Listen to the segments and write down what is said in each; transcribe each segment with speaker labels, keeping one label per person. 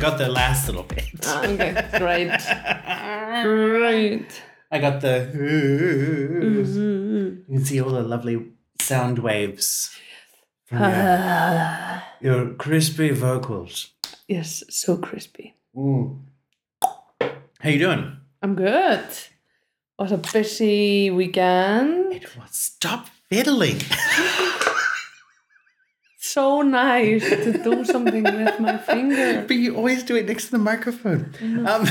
Speaker 1: got the last little bit.
Speaker 2: Ah, okay, great. Great.
Speaker 1: I got the. You can see all the lovely sound waves from your,
Speaker 2: Ah,
Speaker 1: your crispy vocals.
Speaker 2: yes, so crispy.
Speaker 1: Ooh. How you doing?
Speaker 2: I'm good. Was a busy weekend.
Speaker 1: It was stop fiddling.
Speaker 2: So nice to do something with my finger. Mm.
Speaker 1: but you always do it next to the microphone. Um,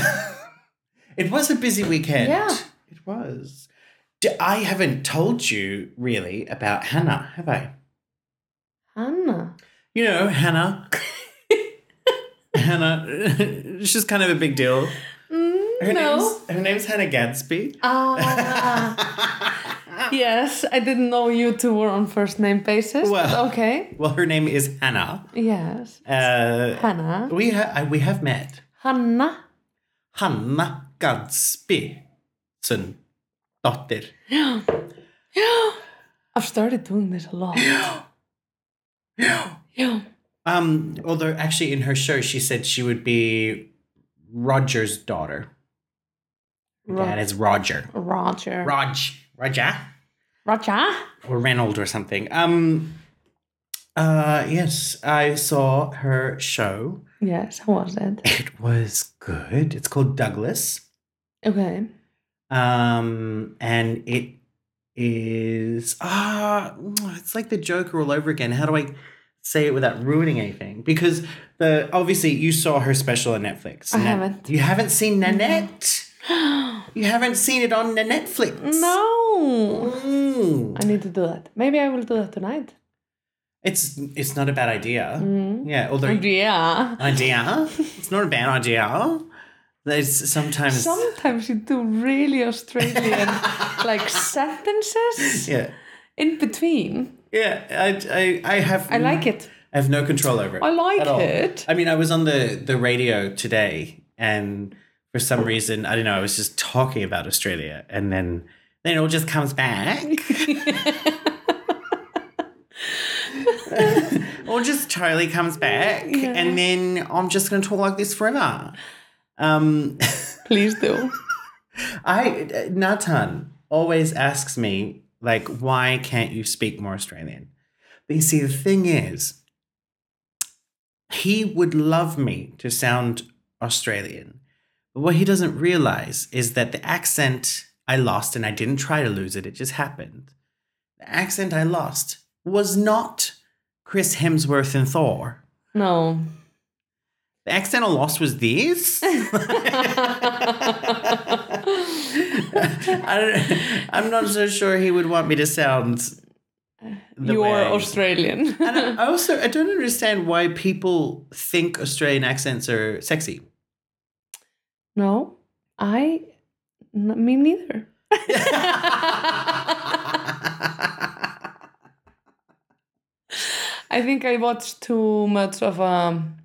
Speaker 1: it was a busy weekend.
Speaker 2: Yeah.
Speaker 1: It was. D- I haven't told you really about Hannah, have I?
Speaker 2: Anna.
Speaker 1: You know, Hannah. Hannah, she's kind of a big deal.
Speaker 2: Mm,
Speaker 1: Her
Speaker 2: no.
Speaker 1: name's her name's Hannah Gadsby.
Speaker 2: Ah. yes, I didn't know you two were on first name basis. but
Speaker 1: Well.
Speaker 2: okay.
Speaker 1: Well, her name is Hannah.
Speaker 2: Yes.
Speaker 1: Uh,
Speaker 2: Hannah.
Speaker 1: we ha- I- we have met
Speaker 2: Hanna.
Speaker 1: Hannah Gadsby, son, daughter.
Speaker 2: I've started doing this a lot. Yeah.
Speaker 1: Um, although actually in her show she said she would be Roger's daughter.
Speaker 2: Ro-
Speaker 1: That is Roger.
Speaker 2: Roger.
Speaker 1: Rog. Roger.
Speaker 2: Roger.
Speaker 1: Or Reynold or something. Um uh yes, I saw her show.
Speaker 2: Yes, how was it?
Speaker 1: It was good. It's called Douglas.
Speaker 2: Okay.
Speaker 1: Um and it is ah it's like the Joker all over again. How do I say it without ruining anything? Because the obviously you saw her special on Netflix.
Speaker 2: I
Speaker 1: Nan-
Speaker 2: haven't.
Speaker 1: You haven't seen Nanette? You haven't seen it on the Netflix.
Speaker 2: no.
Speaker 1: Mm.
Speaker 2: I need to do that. Maybe I will do that tonight.
Speaker 1: It's it's not a bad idea.
Speaker 2: Mm.
Speaker 1: Yeah, although
Speaker 2: Yeah.
Speaker 1: idea. It's not a bad idea. There's sometimes
Speaker 2: Sometimes you do really Australian like sentences
Speaker 1: Yeah.
Speaker 2: in between.
Speaker 1: Yeah, I, I, I have
Speaker 2: I like it.
Speaker 1: I have no control over it.
Speaker 2: I like
Speaker 1: at all.
Speaker 2: it.
Speaker 1: I mean, I was on the, the radio today, and for some reason, I don't know, I was just talking about Australia, and then then it all just comes back. all just totally comes back,
Speaker 2: Yeah.
Speaker 1: and then I'm just going to talk like this forever. Um,
Speaker 2: Please do.
Speaker 1: I Nathan always asks me like, why can't you speak more Australian? But you see, the thing is, he would love me to sound Australian, but what he doesn't realize is that the accent I lost, and I didn't try to lose it; it just happened. The accent I lost was not Chris Hemsworth in Thor.
Speaker 2: No.
Speaker 1: The accent I lost was this. I don't, I'm not so sure he would want me to sound. the
Speaker 2: You're
Speaker 1: way I-
Speaker 2: Australian.
Speaker 1: And I I also I don't understand why people think Australian accents are sexy.
Speaker 2: no. I. n- me neither. I think I watched too much of um,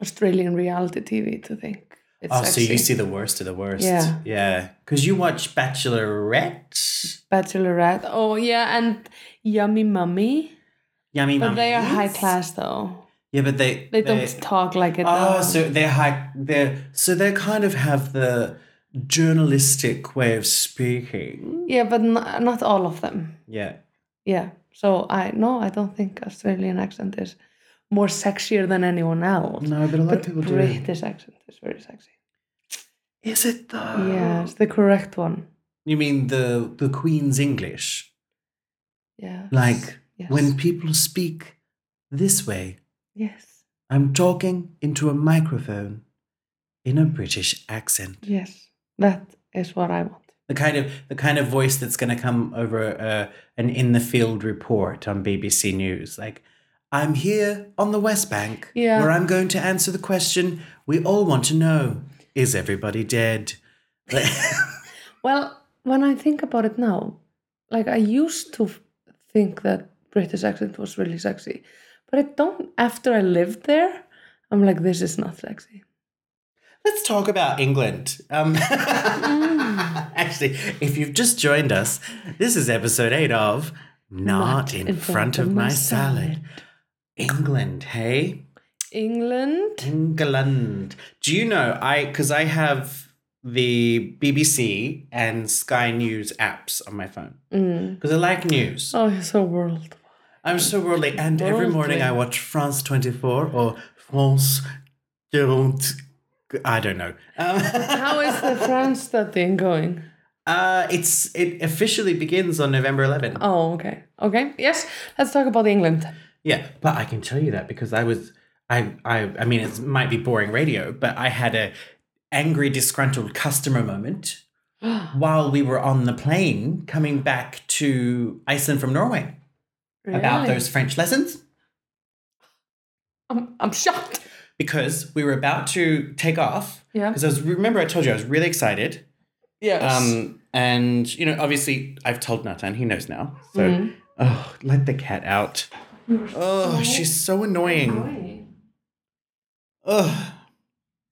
Speaker 2: Australian reality TV to think it's
Speaker 1: oh, so
Speaker 2: sexy.
Speaker 1: you see the worst of the worst.
Speaker 2: Yeah.
Speaker 1: yeah. Because you watch Bachelorette,
Speaker 2: Bachelorette. Oh yeah, and Yummy Mummy.
Speaker 1: Yummy
Speaker 2: But they are
Speaker 1: Mummies.
Speaker 2: high class though.
Speaker 1: Yeah, but they
Speaker 2: They, don't talk like it.
Speaker 1: Oh,
Speaker 2: though.
Speaker 1: so they're high. They're so they kind of have the journalistic way of speaking.
Speaker 2: yeah, but n- not all of them.
Speaker 1: Yeah.
Speaker 2: Yeah. So I no, I don't think Australian accent is more sexier than anyone else.
Speaker 1: No, but a lot
Speaker 2: but
Speaker 1: of people do.
Speaker 2: British accent is very sexy.
Speaker 1: Is it though?
Speaker 2: Yes, the correct one.
Speaker 1: You mean the the Queen's English?
Speaker 2: Yeah.
Speaker 1: Like,
Speaker 2: yes.
Speaker 1: When people speak this way,
Speaker 2: yes.
Speaker 1: I'm talking into a microphone in a British accent.
Speaker 2: Yes, that is what I want.
Speaker 1: The kind of the kind of voice that's going to come over uh, an in the field report on BBC News, like. I'm here on the West Bank,
Speaker 2: Yeah.
Speaker 1: where I'm going to answer the question we all want to know: Is everybody dead?
Speaker 2: Well, when I think about it now, like I used to f- think that British accent was really sexy, but I don't. After I lived there, I'm like, this is not sexy.
Speaker 1: Let's talk about England. Um, actually, if you've just joined us, this is episode eight of Not, in, front, of, My salad. England, hey?
Speaker 2: England.
Speaker 1: England. Do you know I because I have the BBC and Sky News apps on my phone
Speaker 2: Mm.
Speaker 1: because I like news.
Speaker 2: Oh, you're so world.
Speaker 1: I'm so worldly, and every morning I watch France 24 or France 40. I don't know. Um,
Speaker 2: How is the France that thing going?
Speaker 1: uh, it's it officially begins on November 11th.
Speaker 2: Oh, okay. Okay. Yes, let's talk about England.
Speaker 1: Yeah, but I can tell you that because I was I I I mean it might be boring radio, but I had a angry disgruntled customer moment while we were on the plane coming back to Iceland from Norway about
Speaker 2: Really?
Speaker 1: those French lessons
Speaker 2: I'm, I'm shocked.
Speaker 1: because we were about to take off
Speaker 2: Yeah.
Speaker 1: because I was remember I told you I was really excited
Speaker 2: Yes.
Speaker 1: um and you know obviously I've told Nathan he knows now so
Speaker 2: Mm-hmm.
Speaker 1: oh let the cat out oh she's so annoying Ugh.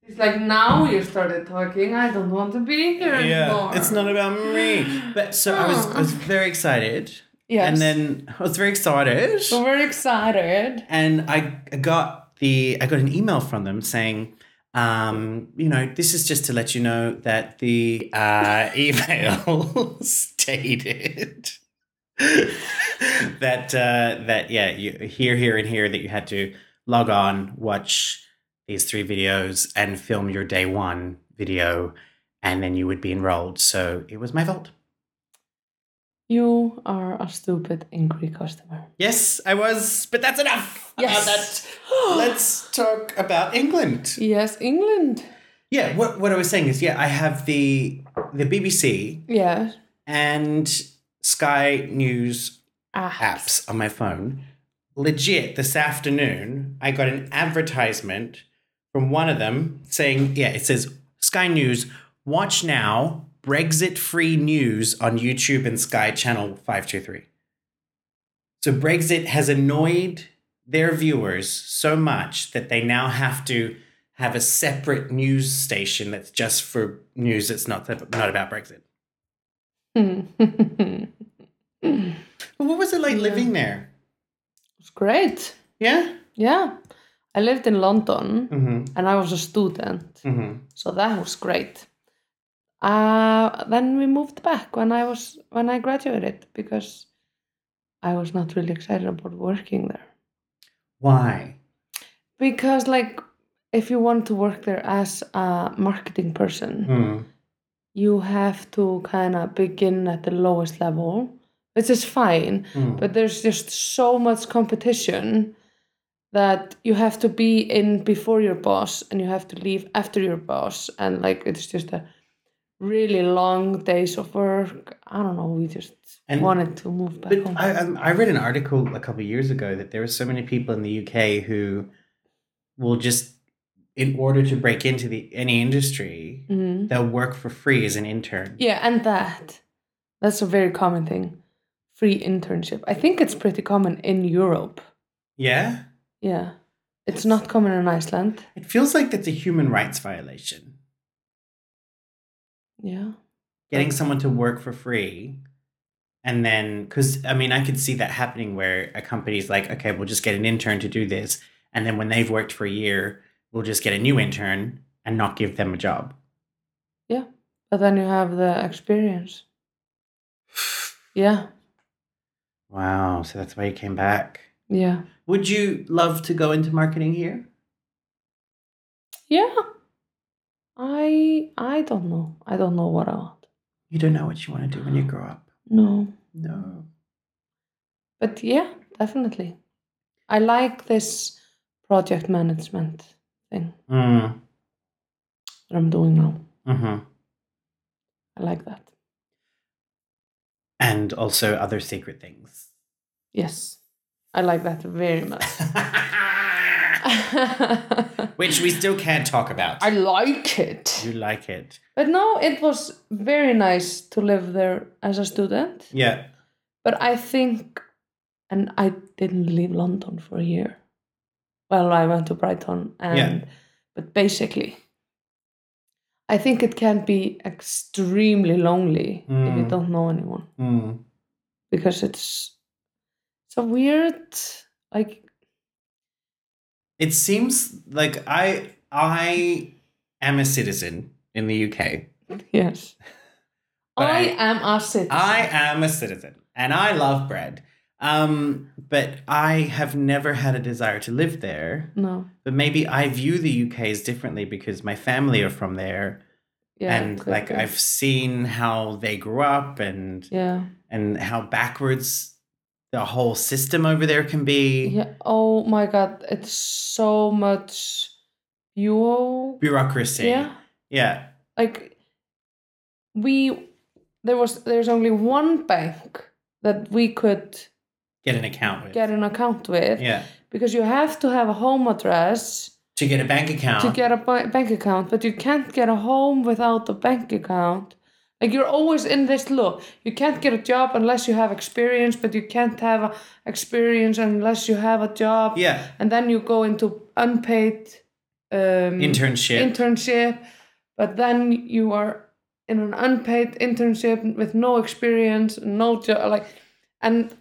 Speaker 2: It's like now you started talking. I don't want to be here anymore.
Speaker 1: it's not about me. But so I was I was very excited,
Speaker 2: Oh. Yes.
Speaker 1: and then I was very excited,
Speaker 2: so we're excited.
Speaker 1: and I I got the I got an email from them saying. Um, you know, this is just to let you know that the uh, email stated that uh, that yeah, you here, here, and here that you had to log on, watch these three videos, and film your day one video, and then you would be enrolled. So it was my fault.
Speaker 2: You are a stupid, angry customer.
Speaker 1: Yes, I was, but that's enough
Speaker 2: Yes.
Speaker 1: about that. Let's talk about England.
Speaker 2: Yes, England.
Speaker 1: Yeah, what what I was saying is, yeah, I have the the BBC
Speaker 2: Yeah.
Speaker 1: and Sky News
Speaker 2: Ah.
Speaker 1: apps on my phone. Legit, this afternoon, I got an advertisement from one of them saying, yeah, it says Sky News, watch now Brexit free news on YouTube and Sky Channel 523. So Brexit has annoyed their viewers so much that they now have to have a separate news station that's just for news that's not, not about Brexit.
Speaker 2: it's
Speaker 1: But what was it like living there?
Speaker 2: great.
Speaker 1: Yeah?
Speaker 2: Yeah. I lived in London
Speaker 1: Mm-hmm.
Speaker 2: and I was a student.
Speaker 1: Mm-hmm.
Speaker 2: so that was great uh, then we moved back when i was when i graduated because i was not really excited about working there
Speaker 1: Why?
Speaker 2: because like if you want to work there as a marketing person
Speaker 1: Mm.
Speaker 2: you have to kind of begin at the lowest level which is fine
Speaker 1: Mm.
Speaker 2: but there's just so much competition that you have to be in before your boss and you have to leave after your boss and like it's just a really long days of work i don't know we just
Speaker 1: And-
Speaker 2: wanted to move back
Speaker 1: But
Speaker 2: home
Speaker 1: I, um, I read an article a couple of years ago that there were so many people in the UK who will just, in order to break into the any industry,
Speaker 2: Mhm.
Speaker 1: they'll work for free as an intern.
Speaker 2: yeah and that that's a very common thing free internship i think it's pretty common in europe
Speaker 1: Yeah?
Speaker 2: yeah it's not common in iceland
Speaker 1: It feels like that's a human rights violation.
Speaker 2: yeah
Speaker 1: Getting someone to work for free. And then, because I mean, I could see that happening where a company's like, okay, we'll just get an intern to do this. And then when they've worked for a year, we'll just get a new intern and not give them a job.
Speaker 2: but then you have the experience yeah
Speaker 1: Wow. So that's why you came back.
Speaker 2: yeah
Speaker 1: Would you love to go into marketing here?
Speaker 2: Yeah. I I don't know. I don't know what I want.
Speaker 1: You don't know what you want to do when you grow up.
Speaker 2: No.
Speaker 1: No.
Speaker 2: But yeah, definitely. I like this project management thing
Speaker 1: Mm.
Speaker 2: that I'm doing now.
Speaker 1: hmm
Speaker 2: I like that.
Speaker 1: And also other secret things.
Speaker 2: Yes. I like that very much.
Speaker 1: Which we still can't talk about.
Speaker 2: I like it.
Speaker 1: you like it.
Speaker 2: But no, it was very nice to live there as a student.
Speaker 1: Yeah.
Speaker 2: But I think, and I didn't leave London for a year. Well, I went to Brighton, and but basically, I think it can be extremely lonely if you
Speaker 1: Mm.
Speaker 2: don't know anyone
Speaker 1: Mm.
Speaker 2: because it's it's a weird like
Speaker 1: It seems like I I am a citizen in the UK.
Speaker 2: Yes.
Speaker 1: But
Speaker 2: I,
Speaker 1: I-
Speaker 2: am a citizen.
Speaker 1: I am a citizen and I love bread. Um, but I have never had a desire to live there.
Speaker 2: no.
Speaker 1: But maybe I view the UK as differently because my family are from there
Speaker 2: Yeah.
Speaker 1: and
Speaker 2: could
Speaker 1: like
Speaker 2: be.
Speaker 1: I've seen how they grew up and
Speaker 2: Yeah.
Speaker 1: and how backwards the whole system over there can be.
Speaker 2: Yeah. Oh my god, it's so much bureau.
Speaker 1: Bureaucracy.
Speaker 2: Yeah.
Speaker 1: Yeah.
Speaker 2: Like we there was there's only one bank that we could
Speaker 1: Get an account with.
Speaker 2: get an account with
Speaker 1: yeah.
Speaker 2: because you have to have a home address
Speaker 1: To get a bank account.
Speaker 2: to get a ba- bank account, but you can't get a home without a bank account. Like you're always in this loop. You can't get a job unless you have experience, but you can't have a experience unless you have a job.
Speaker 1: yeah.
Speaker 2: And then you go into unpaid um,
Speaker 1: Internship.
Speaker 2: internship, but then you are in an unpaid internship with no experience, no job, like, and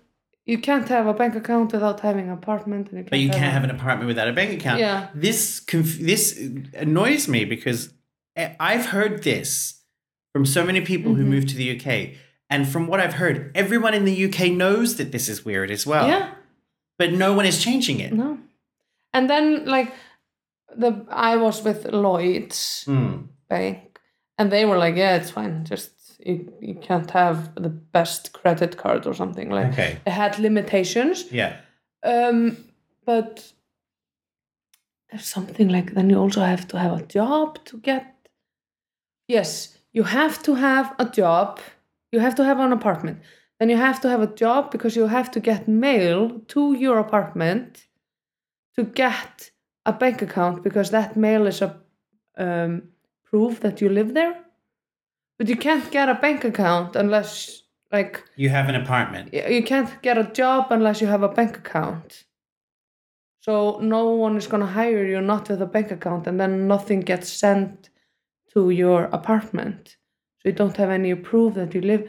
Speaker 2: you can't have a bank account without having an apartment. And you can't
Speaker 1: but you
Speaker 2: have
Speaker 1: can't
Speaker 2: a-
Speaker 1: have an apartment without a bank account.
Speaker 2: Yeah.
Speaker 1: This conf- this annoys me because I- I've heard this from so many people
Speaker 2: Mm-hmm.
Speaker 1: who moved to the UK. And from what I've heard, everyone in the UK knows that this is weird as well.
Speaker 2: Yeah.
Speaker 1: But no one is changing it.
Speaker 2: No. And then like the I was with Lloyd's
Speaker 1: Mm.
Speaker 2: bank and they were like, Yeah, it's fine, just you, you can't have the best credit card or something. Like
Speaker 1: Okay.
Speaker 2: they had limitations.
Speaker 1: Yeah.
Speaker 2: Um but there's something like then you also have to have a job to get Yes, you have to have a job. You have to have an apartment. Then you have to have a job because you have to get mail to your apartment to get a bank account because that mail is a um, proof that you live there. But you can't get a bank account unless, like,
Speaker 1: You have an apartment.
Speaker 2: y- you can't get a job unless you have a bank account. So no one is going to hire you not with a bank account, and then nothing gets sent to your apartment. So you don't have any proof that you live.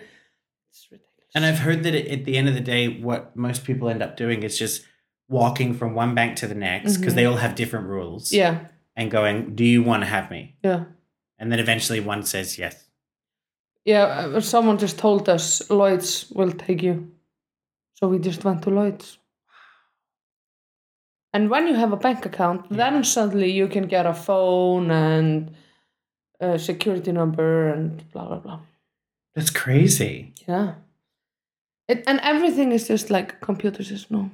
Speaker 2: It's ridiculous.
Speaker 1: And I've heard that at the end of the day, what most people end up doing is just walking from one bank to the next because they all have different rules
Speaker 2: Mm-hmm. yeah,
Speaker 1: and going, Do you want to have me?
Speaker 2: yeah,
Speaker 1: And then eventually one says yes.
Speaker 2: yeah. uh, Someone just told us Lloyd's will take you, so we just went to Lloyd's. And when you have a bank account, then suddenly you can get a phone and a security number and blah blah blah.
Speaker 1: That's crazy.
Speaker 2: Yeah. It, and everything is just like computer system.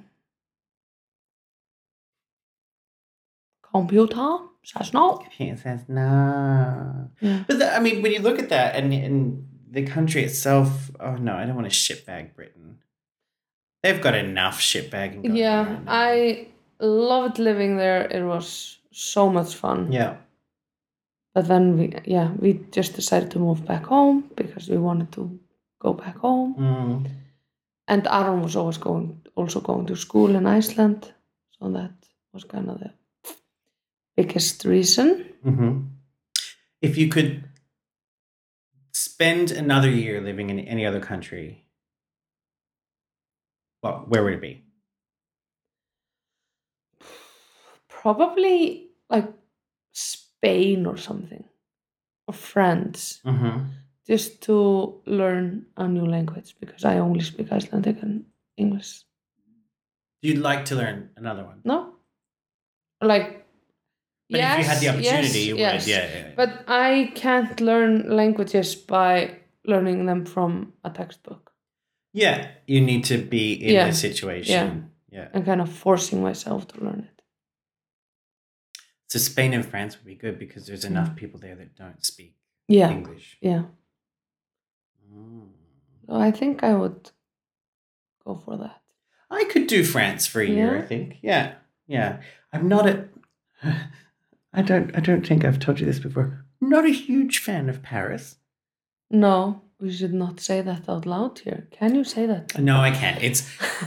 Speaker 2: Computer says no.
Speaker 1: He says no.
Speaker 2: Yeah.
Speaker 1: But the, I mean, when you look at that and, and the country itself, oh no, I don't want to shitbag Britain. They've got enough shitbagging. going on
Speaker 2: Yeah,
Speaker 1: right now.
Speaker 2: I loved living there. It was so much fun.
Speaker 1: Yeah.
Speaker 2: But then we, yeah, we just decided to move back home because we wanted to go back home.
Speaker 1: Mm.
Speaker 2: And Aaron was always going, also going to school in Iceland, so that was kind of the biggest reason.
Speaker 1: hmm If you could spend another year living in any other country, well, where would it be?
Speaker 2: probably like Spain or something or France
Speaker 1: Mm-hmm.
Speaker 2: just to learn a new language because I only speak Icelandic and English.
Speaker 1: You'd like to learn another one.
Speaker 2: No? Like
Speaker 1: But
Speaker 2: yes,
Speaker 1: if you had the
Speaker 2: yes,
Speaker 1: opportunity, you would.
Speaker 2: yes.
Speaker 1: Yeah, yeah, yeah.
Speaker 2: But I can't learn languages by learning them from a textbook
Speaker 1: yeah, you need to be in
Speaker 2: Yeah.
Speaker 1: the situation. Yeah.
Speaker 2: and kind of forcing myself to learn it.
Speaker 1: So Spain and France would be good because there's enough people there that don't speak
Speaker 2: Mm. Yeah.
Speaker 1: English.
Speaker 2: Yeah.
Speaker 1: Mm.
Speaker 2: So I think I would go for that.
Speaker 1: I could do France for a year, I
Speaker 2: Yeah?
Speaker 1: think. Yeah. Yeah. I'm not a I don't I don't think I've told you this before. Not a huge fan of Paris.
Speaker 2: No, we should not say that out loud here. Can you say that?
Speaker 1: No, I can't. It's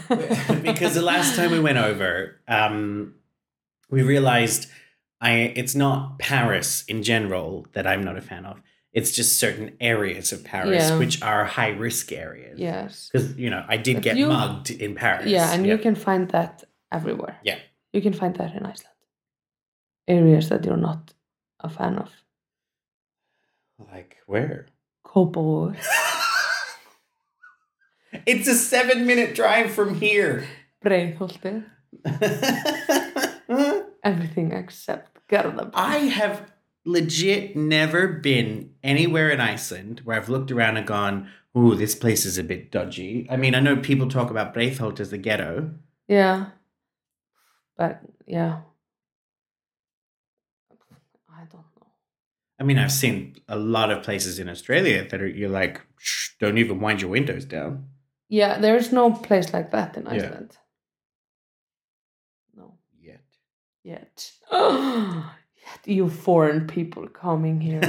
Speaker 1: because the last time we went over, um, we realized I it's not Paris in general that I'm not a fan of. It's just certain areas of Paris
Speaker 2: Yeah.
Speaker 1: which are high risk areas.
Speaker 2: Yes.
Speaker 1: Because you know, I did
Speaker 2: But
Speaker 1: get
Speaker 2: you-
Speaker 1: mugged in Paris.
Speaker 2: Yeah, and
Speaker 1: yeah.
Speaker 2: you can find that everywhere.
Speaker 1: Yeah.
Speaker 2: You can find that in Iceland. areas that you're not a fan of.
Speaker 1: Like where?
Speaker 2: Kobo.
Speaker 1: It's a seven minute drive from here.
Speaker 2: Breiðholti,
Speaker 1: I
Speaker 2: everything except Garðabæ.
Speaker 1: have legit never been anywhere in Iceland where I've looked around and gone, ooh, this place is a bit dodgy. I mean, I know people talk about Breitholt as the ghetto.
Speaker 2: Yeah. But yeah. I don't know.
Speaker 1: I mean, I've seen a lot of places in Australia that are, you're like, Shh, don't even wind your windows down.
Speaker 2: Yeah, there's no place like that in
Speaker 1: Yeah.
Speaker 2: Iceland. No,
Speaker 1: Yet.
Speaker 2: yet. yet you foreign people coming here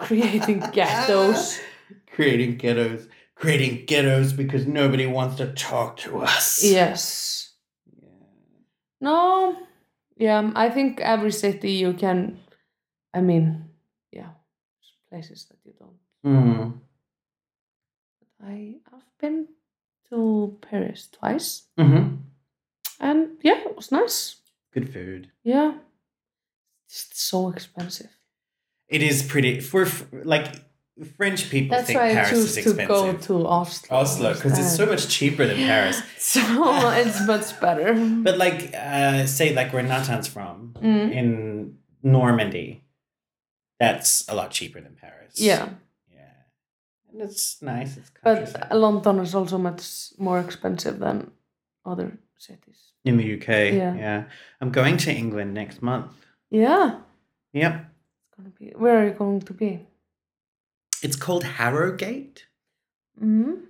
Speaker 2: creating ghettos.
Speaker 1: Creating ghettos. Creating ghettos because nobody wants to talk to us.
Speaker 2: Yes. No. Yeah, I think every city you can I mean, yeah, places that you don't
Speaker 1: Mm.
Speaker 2: I have been to Paris twice,
Speaker 1: Mm-hmm.
Speaker 2: and yeah, it was nice.
Speaker 1: Good food.
Speaker 2: Yeah, it's so expensive.
Speaker 1: It is pretty for f- like French people
Speaker 2: That's
Speaker 1: think
Speaker 2: why I
Speaker 1: Paris
Speaker 2: choose
Speaker 1: is
Speaker 2: to go
Speaker 1: expensive.
Speaker 2: to Oslo.
Speaker 1: Oslo because it's so
Speaker 2: instead.
Speaker 1: much cheaper than Paris.
Speaker 2: So it's much better.
Speaker 1: But like, uh, say like where Natan's from
Speaker 2: Mm,
Speaker 1: in Normandy, that's a lot cheaper than Paris.
Speaker 2: Yeah,
Speaker 1: yeah, and it's nice. It's countryside.
Speaker 2: but London is also much more expensive than other cities.
Speaker 1: in the UK,
Speaker 2: Yeah.
Speaker 1: yeah, I'm going to England next month.
Speaker 2: Yeah,
Speaker 1: Yep,
Speaker 2: it's gonna be. Where are you going to be?
Speaker 1: it's called Harrogate.
Speaker 2: Mm?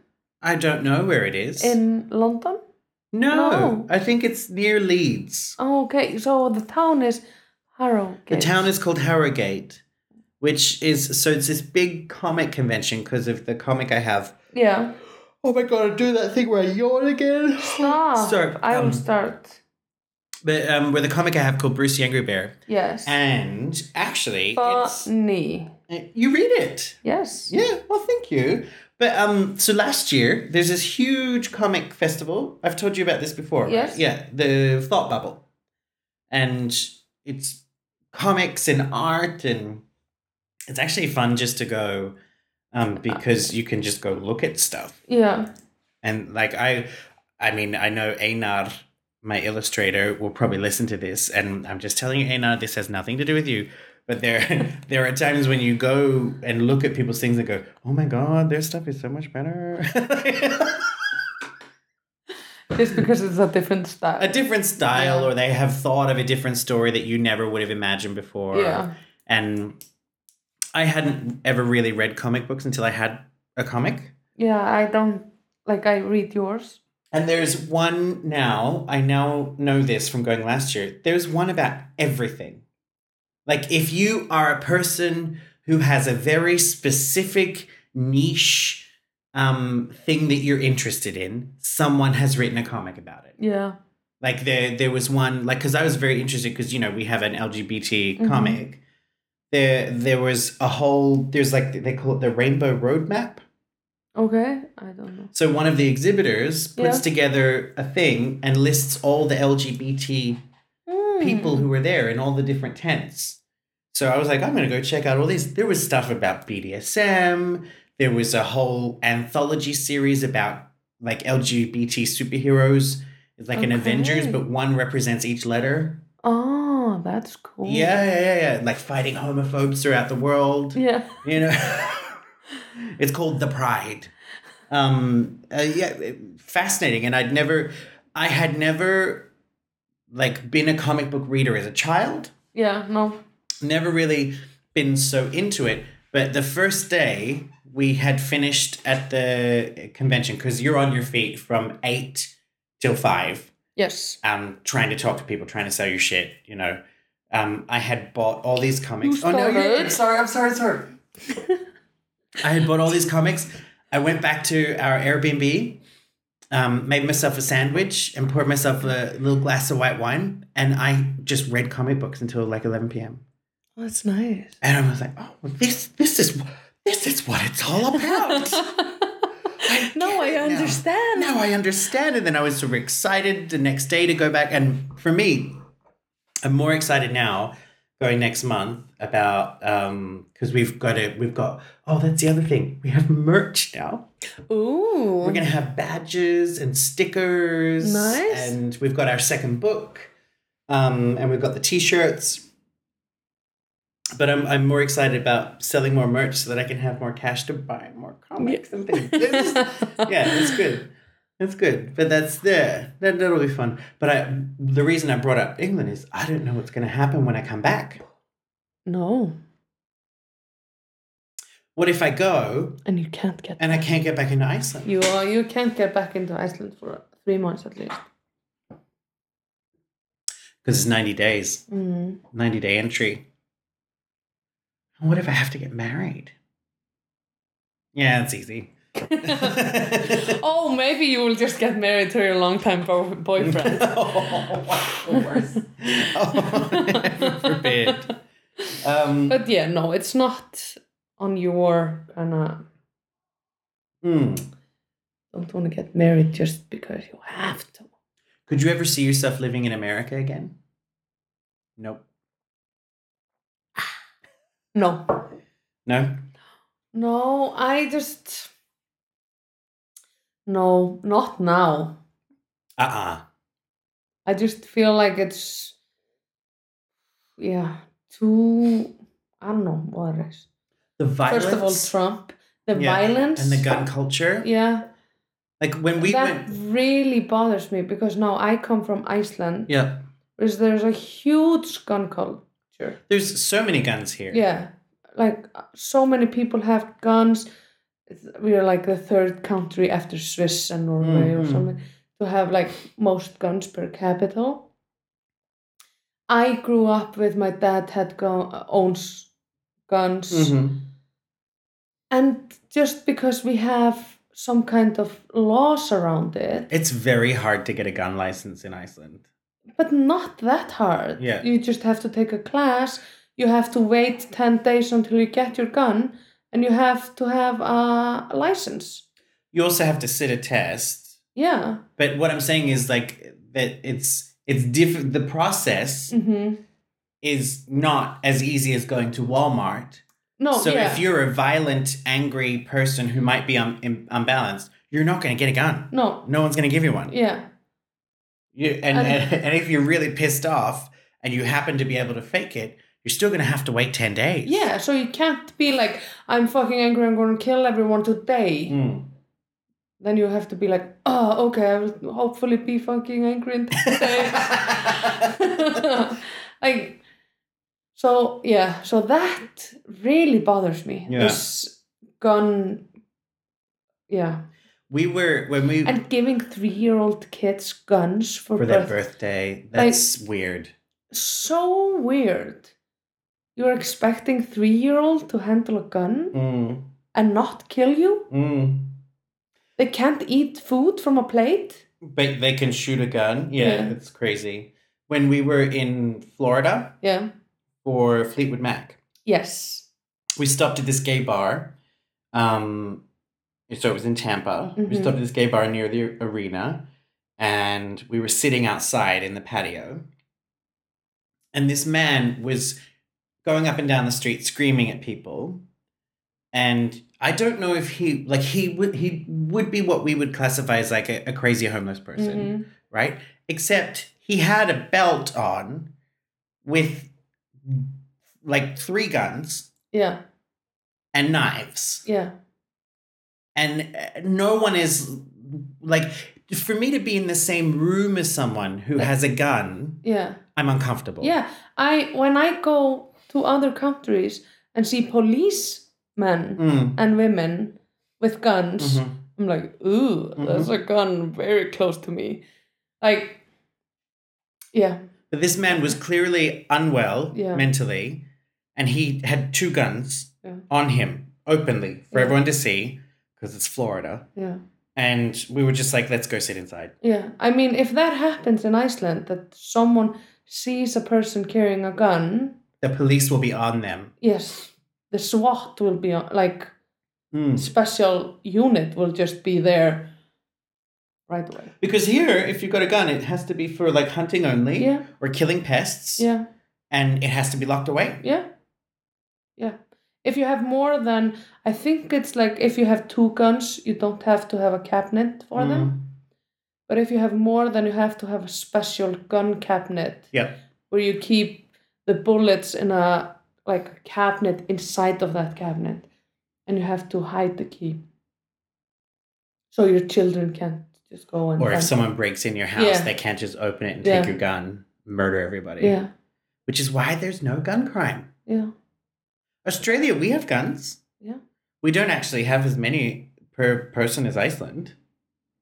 Speaker 1: I don't know where it is.
Speaker 2: In London?
Speaker 1: no,
Speaker 2: No.
Speaker 1: I think it's near Leeds.
Speaker 2: Oh, okay. So the town is Harrogate.
Speaker 1: The town is called Harrogate, which is so it's this big comic convention because of the comic I have.
Speaker 2: Yeah.
Speaker 1: Oh my god, I do that thing where I yawn again.
Speaker 2: Stop.
Speaker 1: Sorry,
Speaker 2: I will
Speaker 1: um,
Speaker 2: start.
Speaker 1: But um, where the comic I have called Bruce the Angry Bear,
Speaker 2: Yes.
Speaker 1: and actually, it's, uh,
Speaker 2: Funny.
Speaker 1: you read it.
Speaker 2: Yes.
Speaker 1: Yeah, well, thank you. But um, so last year there's this huge comic festival. I've told you about this before. right?
Speaker 2: Yes.
Speaker 1: Yeah, the Thought Bubble, and it's comics and art, and it's actually fun just to go, um, because you can just go look at stuff.
Speaker 2: Yeah.
Speaker 1: And like I, I mean, I know Einar, my illustrator, will probably listen to this, and I'm just telling you, Einar, this has nothing to do with you. But there, there are times when you go and look at people's things and go, "Oh my god, their stuff is so much better."
Speaker 2: Just because it's a different style.
Speaker 1: a different style,
Speaker 2: Yeah.
Speaker 1: or they have thought of a different story that you never would have imagined before.
Speaker 2: Yeah.
Speaker 1: And I hadn't ever really read comic books until I had a comic.
Speaker 2: Yeah. I don't like. I read yours.
Speaker 1: And there's one now, I now know this from going last year. There's one about everything. Like, if you are a person who has a very specific niche um, thing that you're interested in, someone has written a comic about it.
Speaker 2: Yeah.
Speaker 1: Like, there, there was one, like, because I was very interested, because, you know, we have an LGBT
Speaker 2: Mhm.
Speaker 1: comic. There, there was a whole, there's like, they call it the Rainbow Roadmap.
Speaker 2: Okay. I don't know.
Speaker 1: So one of the exhibitors puts
Speaker 2: Yeah.
Speaker 1: together a thing and lists all the LGBT Hmm.
Speaker 2: Hmm.
Speaker 1: people who were there in all the different tents. So I was like, I'm going to go check out all these. There was stuff about BDSM. There was a whole anthology series about like LGBT superheroes. It's like an Avengers,
Speaker 2: Okay.
Speaker 1: but one represents each letter.
Speaker 2: Oh, that's cool.
Speaker 1: Yeah, yeah, yeah, yeah. Like fighting homophobes throughout the world
Speaker 2: Yeah.
Speaker 1: you know it's called the pride um uh, yeah fascinating and i'd never i had never like been a comic book reader as a child
Speaker 2: Yeah. No.
Speaker 1: never really been so into it but the first day we had finished at the convention because you're on your feet from eight till five
Speaker 2: Yes.
Speaker 1: um, trying to talk to people, trying to sell you shit, you know. Um, I had bought all these comics.
Speaker 2: You started.
Speaker 1: I'm sorry, I'm sorry, sorry. I had bought all these comics. I went back to our Airbnb, um, made myself a sandwich, and poured myself a little glass of white wine. And I just read comic books until like 11 p.m.
Speaker 2: Oh, That's nice.
Speaker 1: And I was like, oh, well, this this is this is what it's all
Speaker 2: no,
Speaker 1: about.
Speaker 2: I
Speaker 1: get it now.
Speaker 2: understand.
Speaker 1: now I understand. And then I was super excited the next day to go back. And for me, I'm more excited now going next month about um because we've got it we've got oh that's the other thing we have merch now
Speaker 2: Ooh.
Speaker 1: we're gonna have badges and stickers
Speaker 2: Nice.
Speaker 1: and we've got our second book um and we've got the t-shirts but I'm, I'm more excited about selling more merch so that I can have more cash to buy more comics and things. This is- yeah, it's good. That's good. But that's there. That that'll be fun. But I the reason I brought up England is I don't know what's gonna happen when I come back.
Speaker 2: No.
Speaker 1: What if I go
Speaker 2: And you can't get
Speaker 1: and I can't get back into Iceland?
Speaker 2: you are you can't get back into Iceland for three months at least.
Speaker 1: Because it's 90 days,
Speaker 2: Mm.
Speaker 1: 90 day entry. And what if I have to get married? Yeah, it's easy.
Speaker 2: oh, maybe you will just get married to your longtime bo- boyfriend.
Speaker 1: oh, wow, the worst. oh, heaven forbid. Um,
Speaker 2: But yeah, no, it's not on your kind of
Speaker 1: hmm.
Speaker 2: don't want to get married just because you have to.
Speaker 1: Could you ever see yourself living in America again? Nope.
Speaker 2: No,
Speaker 1: No?
Speaker 2: no, I just no, not now.
Speaker 1: Uh uh
Speaker 2: I just feel like it's yeah too. I don't know what it is.
Speaker 1: The violence.
Speaker 2: First of all, Trump, the
Speaker 1: Yeah,
Speaker 2: violence,
Speaker 1: And the gun culture.
Speaker 2: Yeah,
Speaker 1: Like when we
Speaker 2: that
Speaker 1: went.
Speaker 2: really bothers me because now I come from Iceland,
Speaker 1: Yeah.
Speaker 2: where there's a huge gun culture.
Speaker 1: There's so many guns here.
Speaker 2: Yeah, like uh, so many people have guns. It's- We're like the third country after Swiss and Norway or
Speaker 1: Mhm.
Speaker 2: something to have like most guns per capita. I grew up with my dad had gun owns guns,
Speaker 1: Mhm.
Speaker 2: and just because we have some kind of laws around it,
Speaker 1: It's very hard to get a gun license in Iceland.
Speaker 2: but not that hard.
Speaker 1: Yeah.
Speaker 2: you just have to take a class. You have to wait ten days until you get your gun, and you have to have a license.
Speaker 1: You also have to sit a test.
Speaker 2: Yeah.
Speaker 1: But what I'm saying is like that it's it's different. The process
Speaker 2: Mm-hmm.
Speaker 1: is not as easy as going to Walmart.
Speaker 2: No.
Speaker 1: so
Speaker 2: Oh, yeah.
Speaker 1: if you're a violent, angry person who might be un- im- unbalanced, you're not going to get a gun.
Speaker 2: no.
Speaker 1: No one's going to give you one.
Speaker 2: Yeah.
Speaker 1: You, and,
Speaker 2: And-
Speaker 1: and, and if you're really pissed off and you happen to be able to fake it, you're still going to have to wait 10 days.
Speaker 2: Yeah. So you can't be like, I'm fucking angry. I'm going to kill everyone today.
Speaker 1: Mm.
Speaker 2: Then you have to be like, oh, okay. I will hopefully be fucking angry in 10 days." like, so yeah. So that really bothers me.
Speaker 1: Yeah.
Speaker 2: This gun. Yeah.
Speaker 1: we were, when we,
Speaker 2: And giving three-year-old kids guns for,
Speaker 1: for their birthday, that's weird.
Speaker 2: so weird. You're expecting three year old to handle a gun
Speaker 1: Mm.
Speaker 2: and not kill you?
Speaker 1: Mm.
Speaker 2: They can't eat food from a plate?
Speaker 1: But they can shoot a gun. yeah,
Speaker 2: Yeah.
Speaker 1: it's crazy. When we were in Florida
Speaker 2: Yeah.
Speaker 1: for Fleetwood Mac,
Speaker 2: Yes.
Speaker 1: we stopped at this gay bar. Um, so it was in Tampa. We
Speaker 2: Mhm.
Speaker 1: stopped at this gay bar near the arena, and we were sitting outside in the patio. And this man was going up and down the street screaming at people, and I don't know if he like he would he would be what we would classify as like a, a crazy homeless person
Speaker 2: Mhm.
Speaker 1: right? Except he had a belt on with like three guns
Speaker 2: Yeah.
Speaker 1: and knives.
Speaker 2: Yeah.
Speaker 1: And uh, no one is like, for me to be in the same room as someone who has a gun,
Speaker 2: Yeah.
Speaker 1: I'm uncomfortable.
Speaker 2: Yeah. I when I go to other countries and see policemen
Speaker 1: Mm,
Speaker 2: and women with guns,
Speaker 1: mhm.
Speaker 2: I'm like, ooh, that's a gun very close to me. Like yeah.
Speaker 1: But this man was clearly unwell
Speaker 2: Yeah.
Speaker 1: mentally, and he had two guns
Speaker 2: Yeah.
Speaker 1: on him openly for
Speaker 2: Yeah.
Speaker 1: everyone to see because it's Florida.
Speaker 2: Yeah.
Speaker 1: And we were just like, let's go sit inside.
Speaker 2: Yeah, I mean, if that happens in Iceland, that someone sees a person carrying a gun,
Speaker 1: The police will be on them.
Speaker 2: yes, the SWAT will be on, like
Speaker 1: Mm.
Speaker 2: special unit will just be there right away.
Speaker 1: Because here, if you've got a gun, it has to be for like hunting only
Speaker 2: Yeah,
Speaker 1: or killing pests,
Speaker 2: yeah,
Speaker 1: and it has to be locked away.
Speaker 2: yeah, yeah. If you have more than, I think it's like if you have two guns, you don't have to have a cabinet for
Speaker 1: Mm.
Speaker 2: them. But if you have more, then you have to have a special gun cabinet.
Speaker 1: Yeah.
Speaker 2: Where you keep the bullets in a like a cabinet inside of that cabinet, and you have to hide the key. So your children can't just go and.
Speaker 1: Or if
Speaker 2: find-
Speaker 1: someone breaks in your house,
Speaker 2: Yeah.
Speaker 1: they can't just open it and
Speaker 2: Yeah.
Speaker 1: take your gun, murder everybody.
Speaker 2: Yeah,
Speaker 1: Which is why there's no gun crime.
Speaker 2: yeah,
Speaker 1: Australia, we have guns.
Speaker 2: Yeah.
Speaker 1: We don't actually have as many per person as Iceland,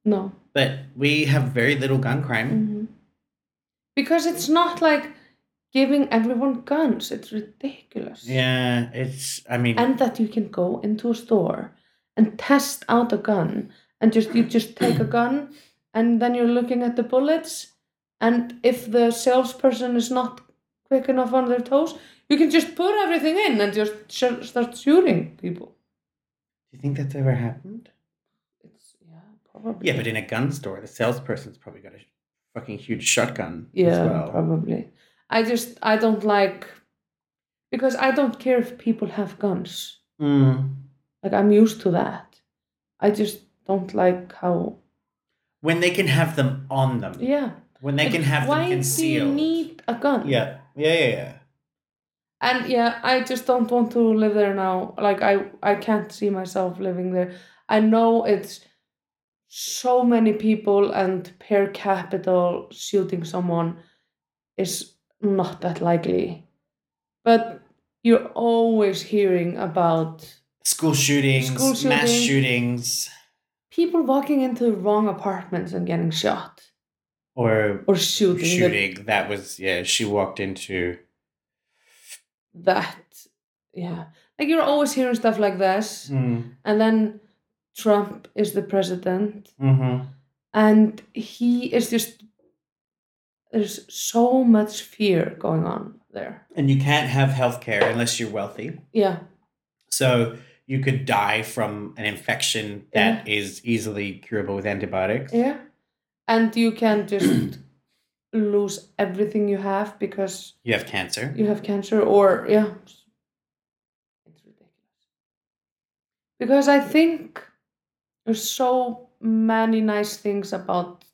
Speaker 2: no.
Speaker 1: but we have very little gun crime.
Speaker 2: hmm Because it's not like giving everyone guns. It's ridiculous.
Speaker 1: Yeah, it's, I mean,
Speaker 2: and that you can go into a store and test out a gun and just you just take a gun and then you're looking at the bullets and if the salesperson is not quick enough on their toes you can just put everything in and just sh- start shooting people
Speaker 1: do you think that's ever happened?
Speaker 2: it's yeah probably
Speaker 1: Yeah, but in a gun store, the salesperson's probably got a fucking huge shotgun as
Speaker 2: yeah
Speaker 1: well.
Speaker 2: probably i just i don't like because i don't care if people have guns
Speaker 1: Mm.
Speaker 2: like i'm used to that i just don't like how
Speaker 1: When they can have them on them.
Speaker 2: yeah
Speaker 1: When they
Speaker 2: Like,
Speaker 1: can have
Speaker 2: why
Speaker 1: them concealed.
Speaker 2: do you need a gun?
Speaker 1: Yeah, yeah, yeah, yeah.
Speaker 2: And yeah, I just don't want to live there now. Like I, I can't see myself living there. I know it's so many people and per capita shooting someone is not that likely. But you're always hearing about
Speaker 1: School shootings,
Speaker 2: School
Speaker 1: mass
Speaker 2: shooting.
Speaker 1: shootings,
Speaker 2: people walking into the wrong apartments and getting shot
Speaker 1: or
Speaker 2: or shooting. the-
Speaker 1: shooting. That was, yeah, she walked into.
Speaker 2: That, yeah. Like you're always hearing stuff like this.
Speaker 1: Mm,
Speaker 2: and then Trump is the president,
Speaker 1: hmm
Speaker 2: and he is just there's so much fear going on there.
Speaker 1: And you can't have healthcare unless you're wealthy.
Speaker 2: Yeah,
Speaker 1: So you could die from an infection that is easily curable with antibiotics.
Speaker 2: yeah, and you can just lose everything you have because
Speaker 1: You have cancer.
Speaker 2: you have cancer or yeah, it's ridiculous. Because I think there's so many nice things about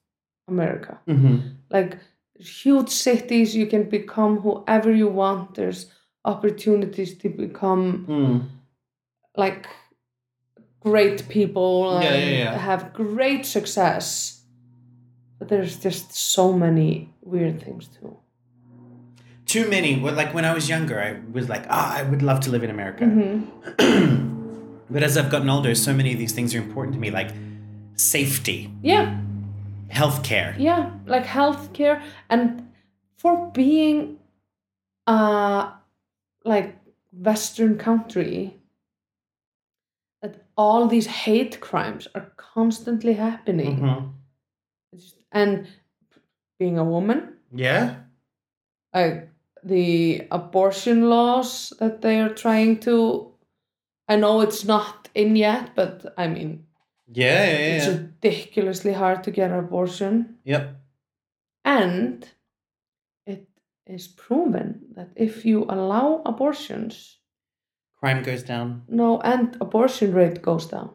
Speaker 2: America.
Speaker 1: Mm-hmm.
Speaker 2: like huge cities you can become whoever you want there's opportunities to become
Speaker 1: Mm.
Speaker 2: like great people and
Speaker 1: Yeah, yeah, yeah.
Speaker 2: have great success but there's just so many weird things too
Speaker 1: Too many. Well, like when I was younger, I was like, ah, I would love to live in America.
Speaker 2: Mhm. Mm-hmm.
Speaker 1: But as I've gotten older, so many of these things are important to me, like safety,
Speaker 2: yeah
Speaker 1: healthcare.
Speaker 2: yeah like healthcare and for being uh like western country that all these hate crimes are constantly happening
Speaker 1: Mhm.
Speaker 2: It's- and being a woman
Speaker 1: Yeah.
Speaker 2: like Oh, the abortion laws that they are trying to i know it's not in yet but i mean
Speaker 1: Yeah. yeah,
Speaker 2: it's
Speaker 1: yeah.
Speaker 2: ridiculously hard to get an abortion
Speaker 1: Yep.
Speaker 2: and it is proven that if you allow abortions
Speaker 1: Crime goes down.
Speaker 2: no and abortion rate goes down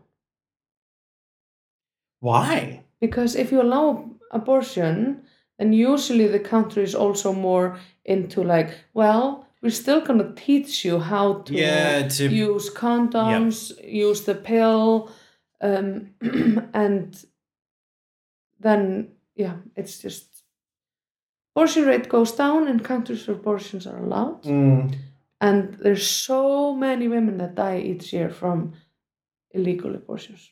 Speaker 1: Why?
Speaker 2: Because if you allow abortion, then usually the country is also more into like, well, we're still gonna teach you how to
Speaker 1: Yeah. To
Speaker 2: use condoms, use the pill, um, and then yeah, it's just abortion rate goes down in countries where abortions are allowed,
Speaker 1: Mm.
Speaker 2: and there's so many women that die each year from illegal abortions.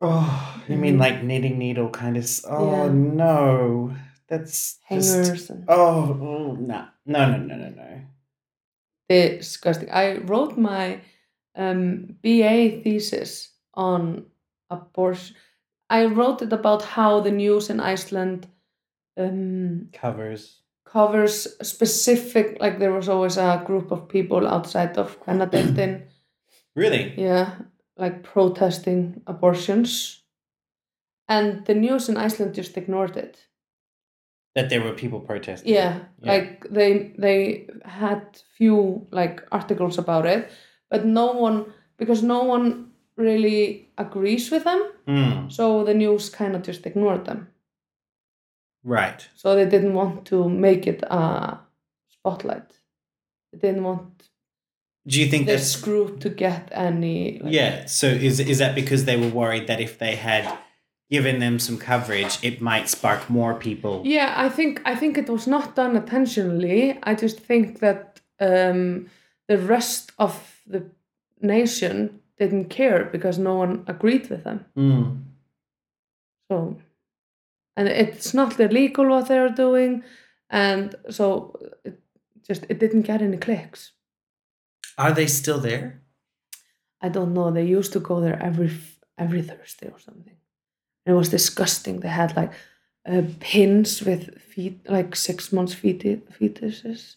Speaker 1: Oh, you mean
Speaker 2: Mm.
Speaker 1: like knitting needle kind of? s- Oh
Speaker 2: Yeah.
Speaker 1: no, that's
Speaker 2: Hangers
Speaker 1: just.
Speaker 2: and
Speaker 1: Oh, oh no, no, no, no, no, no.
Speaker 2: disgusting. I wrote my um, BA thesis on abortion. I wrote it about how the news in Iceland um,
Speaker 1: Covers.
Speaker 2: covers specific, like there was always a group of people outside of Kvennadeildin,
Speaker 1: Really?
Speaker 2: yeah, like protesting abortions. and the news in Iceland just ignored it.
Speaker 1: That there were people protesting.
Speaker 2: Yeah, like they they had few like articles about it, but no one because no one really agrees with them,
Speaker 1: Mm,
Speaker 2: so the news kind of just ignored them.
Speaker 1: right.
Speaker 2: So they didn't want to make it a spotlight. They didn't want
Speaker 1: Do you think
Speaker 2: this
Speaker 1: that's
Speaker 2: group to get any. like-
Speaker 1: yeah? So is is that because they were worried that if they had given them some coverage, it might spark more people?
Speaker 2: Yeah, I think I think it was not done intentionally. I just think that um, the rest of the nation didn't care because no one agreed with them.
Speaker 1: Mm,
Speaker 2: So, and it's not illegal what they are doing, and so it just it didn't get any clicks.
Speaker 1: Are they still there?
Speaker 2: I don't know. They used to go there every every Thursday or something. It was disgusting. They had like uh, pins with feet, like six months feti- fetuses,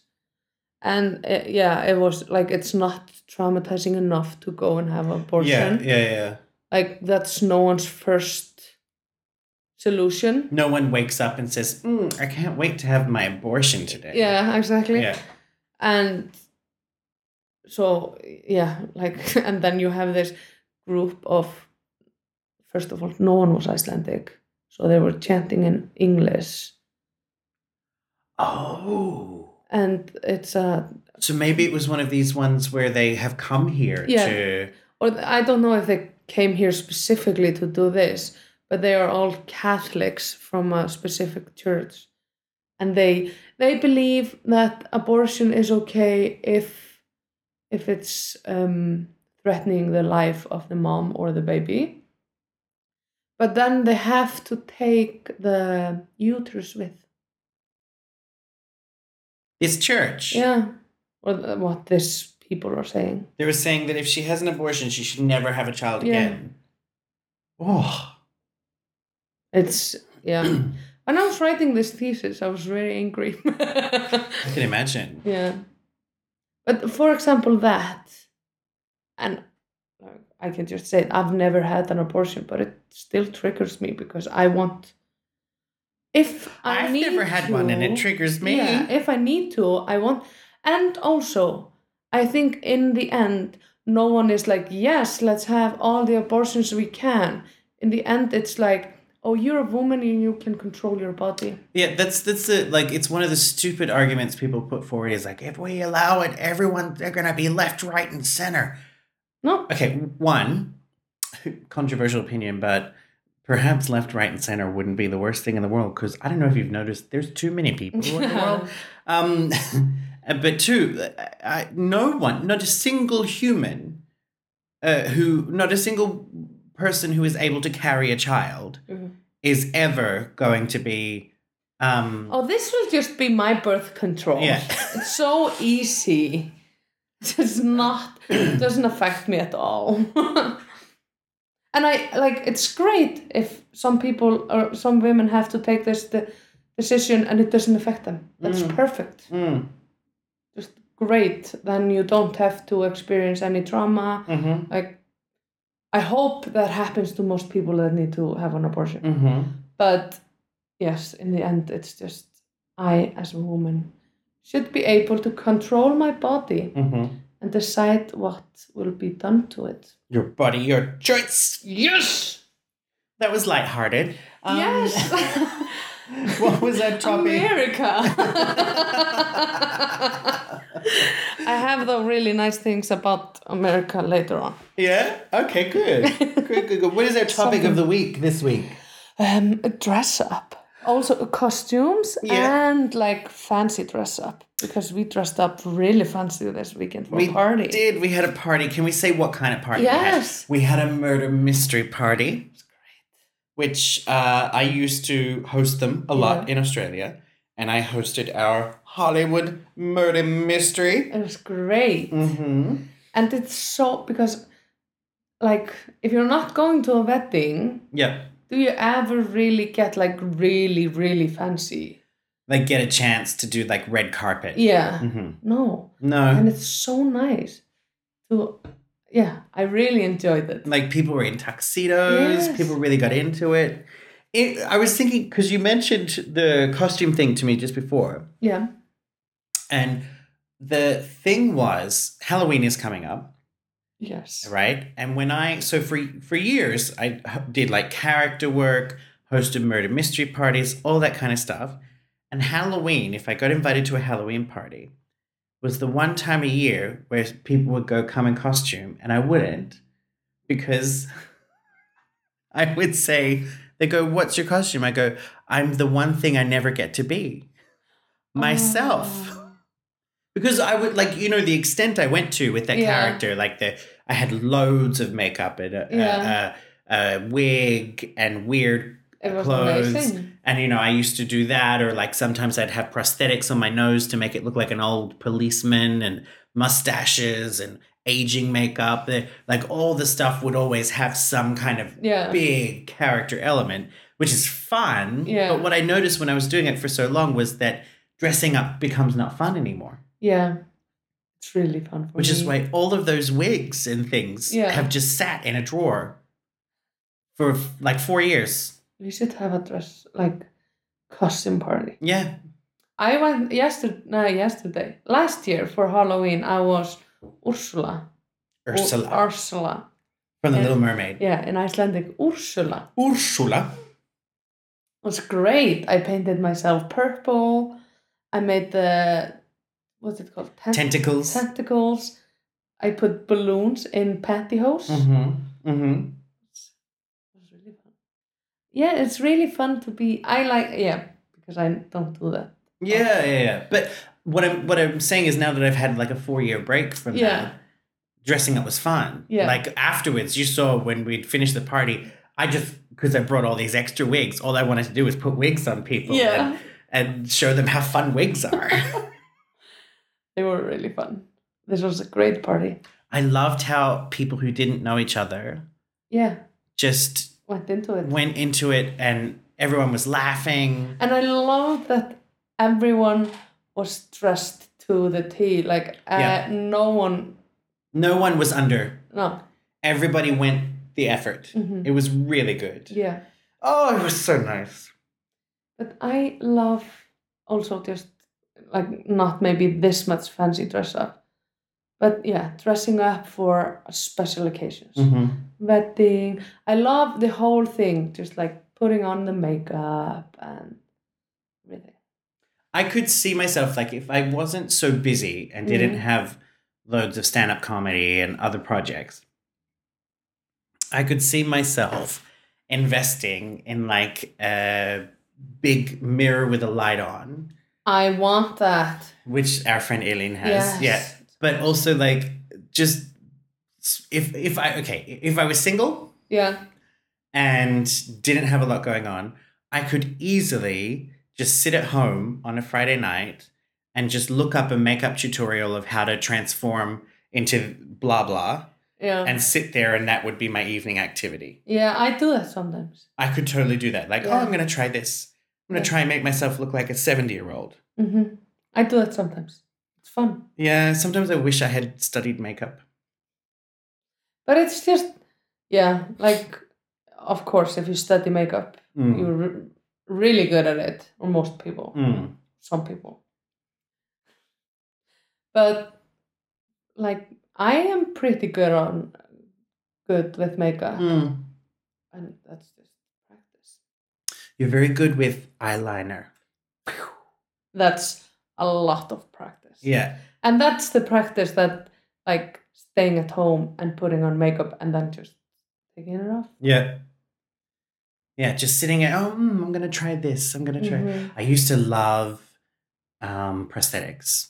Speaker 2: and uh, yeah, it was like it's not traumatizing enough to go and have
Speaker 1: Yeah,
Speaker 2: abortion.
Speaker 1: yeah, yeah.
Speaker 2: Like that's no one's first solution.
Speaker 1: No one wakes up and says, mm, "I can't wait to have my abortion today."
Speaker 2: Yeah, exactly.
Speaker 1: yeah.
Speaker 2: and so yeah like and then you have this group of first of all no one was icelandic so they were chanting in english
Speaker 1: Oh.
Speaker 2: and it's a
Speaker 1: So maybe it was one of these ones where they have come here
Speaker 2: Yeah.
Speaker 1: to.
Speaker 2: or i don't know if they came here specifically to do this but they are all catholics from a specific church and they they believe that abortion is okay if if it's um, threatening the life of the mom or the baby but then they have to take the uterus with
Speaker 1: It's church.
Speaker 2: yeah or the, what these people are saying
Speaker 1: They were saying that if she has an abortion, she should never have a child
Speaker 2: Yeah.
Speaker 1: again. Oh.
Speaker 2: it's yeah when i was writing this thesis i was very angry
Speaker 1: I can imagine.
Speaker 2: Yeah. But for example, that, and like, I can just say it, I've never had an abortion, but it still triggers me because I want. If I
Speaker 1: I've
Speaker 2: need
Speaker 1: never had one and it
Speaker 2: to-
Speaker 1: triggers me.
Speaker 2: Yeah, if I need to, I want. And also, I think in the end, no one is like, yes, let's have all the abortions we can. In the end, it's like, oh, you're a woman and you can control your body.
Speaker 1: Yeah, that's that's the like it's one of the stupid arguments people put forward is like if we allow it, everyone they're gonna be left, right, and center.
Speaker 2: No,
Speaker 1: Okay, one controversial opinion, but perhaps left, right, and center wouldn't be the worst thing in the world because I don't know if you've noticed there's too many people in the world. Um, but two, I, no one, not a single human, uh, who, not a single person who is able to carry a child
Speaker 2: Mhm.
Speaker 1: is ever going to be. Um,
Speaker 2: Oh, this will just be my birth control.
Speaker 1: Yeah.
Speaker 2: It's so easy. It's not it doesn't affect me at all. and I like it's great if some people or some women have to take this de- decision and it doesn't affect them. That's
Speaker 1: Mm.
Speaker 2: perfect.
Speaker 1: mm,
Speaker 2: Just great. Then you don't have to experience any trauma.
Speaker 1: mhm,
Speaker 2: Like I hope that happens to most people that need to have an abortion
Speaker 1: mhm.
Speaker 2: but yes in the end it's just i as a woman should be able to control my body
Speaker 1: mhm.
Speaker 2: and decide what will be done to it
Speaker 1: Your body, your choice.
Speaker 2: yes
Speaker 1: That was lighthearted. Um,
Speaker 2: yes
Speaker 1: what was that topic?
Speaker 2: america i have the really nice things about america later on
Speaker 1: Yeah. Okay. Good. good. Good. Good. What is our topic of the week this week?
Speaker 2: um dress up also costumes
Speaker 1: Yeah.
Speaker 2: and like fancy dress up because we dressed up really fancy this weekend for
Speaker 1: We
Speaker 2: a party
Speaker 1: did. We had a party. Can we say what kind of party?
Speaker 2: Yes.
Speaker 1: We had, we had a murder mystery party. Which uh, I used to host them a lot in Australia, and I hosted our Hollywood murder mystery.
Speaker 2: It was great.
Speaker 1: Mm-hmm.
Speaker 2: And it's so because like if you're not going to a wedding,
Speaker 1: Yeah.
Speaker 2: do you ever really get like really, really fancy?
Speaker 1: Like get a chance to do like red carpet.
Speaker 2: Yeah.
Speaker 1: Mhm.
Speaker 2: No.
Speaker 1: No.
Speaker 2: And it's so nice. To yeah, I really enjoyed it.
Speaker 1: Like people were in tuxedos.
Speaker 2: Yes.
Speaker 1: People really got into it. It, I was thinking because you mentioned the costume thing to me just before,
Speaker 2: Yeah.
Speaker 1: and the thing was Halloween is coming up.
Speaker 2: Yes.
Speaker 1: right and when i so for for years i did like character work hosted murder mystery parties all that kind of stuff and halloween if i got invited to a halloween party was the one time a year where people would go come in costume and i wouldn't because i would say they go what's your costume i go i'm the one thing i never get to be myself
Speaker 2: Oh.
Speaker 1: because I would like you know the extent I went to with that
Speaker 2: Yeah.
Speaker 1: character, like the I had loads of makeup and a,
Speaker 2: Yeah.
Speaker 1: a, a, a wig and weird,
Speaker 2: It was
Speaker 1: Clothes.
Speaker 2: amazing.
Speaker 1: and you know I used to do that, or like sometimes I'd have prosthetics on my nose to make it look like an old policeman, and mustaches and aging makeup. The- Like all the stuff would always have some kind of
Speaker 2: Yeah.
Speaker 1: big character element, which is fun.
Speaker 2: Yeah.
Speaker 1: But what I noticed when I was doing it for so long was that dressing up becomes not fun anymore
Speaker 2: Yeah. It's really fun for
Speaker 1: which is
Speaker 2: me.
Speaker 1: why all of those wigs and things
Speaker 2: Mm. Yeah.
Speaker 1: have just sat in a drawer for like four years.
Speaker 2: we should have a dress like costume party.
Speaker 1: Yeah.
Speaker 2: I went yesterday, no, yesterday, last year for Halloween. I was Ursula. Ur-
Speaker 1: Ursula
Speaker 2: Ursula.
Speaker 1: from The
Speaker 2: yeah.
Speaker 1: Little Mermaid.
Speaker 2: Yeah, in Icelandic, Ursula.
Speaker 1: Ursula.
Speaker 2: was great. I painted myself purple. I made the what's it called? Tent-
Speaker 1: Tentacles.
Speaker 2: Tentacles. I put balloons in pantyhose.
Speaker 1: Mm-hmm. Mm-hmm.
Speaker 2: It was really fun. Yeah, it's really fun to be. I like yeah because I don't do that.
Speaker 1: Yeah, yeah, yeah. But what I'm what I'm saying is now that I've had like a four year break from
Speaker 2: Yeah.
Speaker 1: that, dressing up was fun.
Speaker 2: Yeah.
Speaker 1: Like afterwards, you saw when we'd finished the party, I just because I brought all these extra wigs, all I wanted to do was put wigs on people
Speaker 2: Yeah,
Speaker 1: and, and show them how fun wigs are.
Speaker 2: they were really fun. This was a great party.
Speaker 1: I loved how people who didn't know each other
Speaker 2: Yeah,
Speaker 1: just
Speaker 2: went into it.
Speaker 1: went into it and everyone was laughing.
Speaker 2: And I love that everyone was dressed to the T. Like uh,
Speaker 1: Yeah.
Speaker 2: no one,
Speaker 1: No one was under.
Speaker 2: no.
Speaker 1: Everybody went the effort.
Speaker 2: Mhm.
Speaker 1: It was really good.
Speaker 2: Yeah.
Speaker 1: Oh, it was so nice.
Speaker 2: But I love also just like not maybe this much fancy dress up, but yeah, dressing up for special occasions,
Speaker 1: Mm. Mm-hmm.
Speaker 2: wedding. I love the whole thing, just like putting on the makeup and everything.
Speaker 1: I could see myself like if I wasn't so busy and didn't have loads of stand up comedy and other projects, I could see myself investing in like a big mirror with a light on.
Speaker 2: I want that.
Speaker 1: which our friend Aileen has.
Speaker 2: Yes.
Speaker 1: Yeah, but also like just if if I okay if I was single
Speaker 2: Yeah,
Speaker 1: and didn't have a lot going on, I could easily just sit at home on a Friday night and just look up a makeup tutorial of how to transform into blah blah
Speaker 2: yeah,
Speaker 1: and sit there and that would be my evening activity.
Speaker 2: yeah. I do that sometimes.
Speaker 1: I could totally do that. Like, oh,
Speaker 2: Yeah.
Speaker 1: I'm going to try this. I'm going to
Speaker 2: Yeah.
Speaker 1: try and make myself look like a 70-year-old.
Speaker 2: hmm I do that sometimes. It's fun,
Speaker 1: Yeah, sometimes I wish I had studied makeup.
Speaker 2: but it's just yeah, like of course if you study makeup
Speaker 1: Mm.
Speaker 2: you're re- really good at it, or most people,
Speaker 1: Mm.
Speaker 2: some people. But like I am pretty good on good with makeup,
Speaker 1: Mm.
Speaker 2: and that's just practice.
Speaker 1: You're very good with eyeliner.
Speaker 2: That's a lot of practice.
Speaker 1: Yeah.
Speaker 2: and that's the practice that like staying at home and putting on makeup and then just taking it off.
Speaker 1: Yeah. Yeah, just sitting at, oh, mm, I'm going to try this. I'm going to try.
Speaker 2: Mhm.
Speaker 1: I used to love um, prosthetics.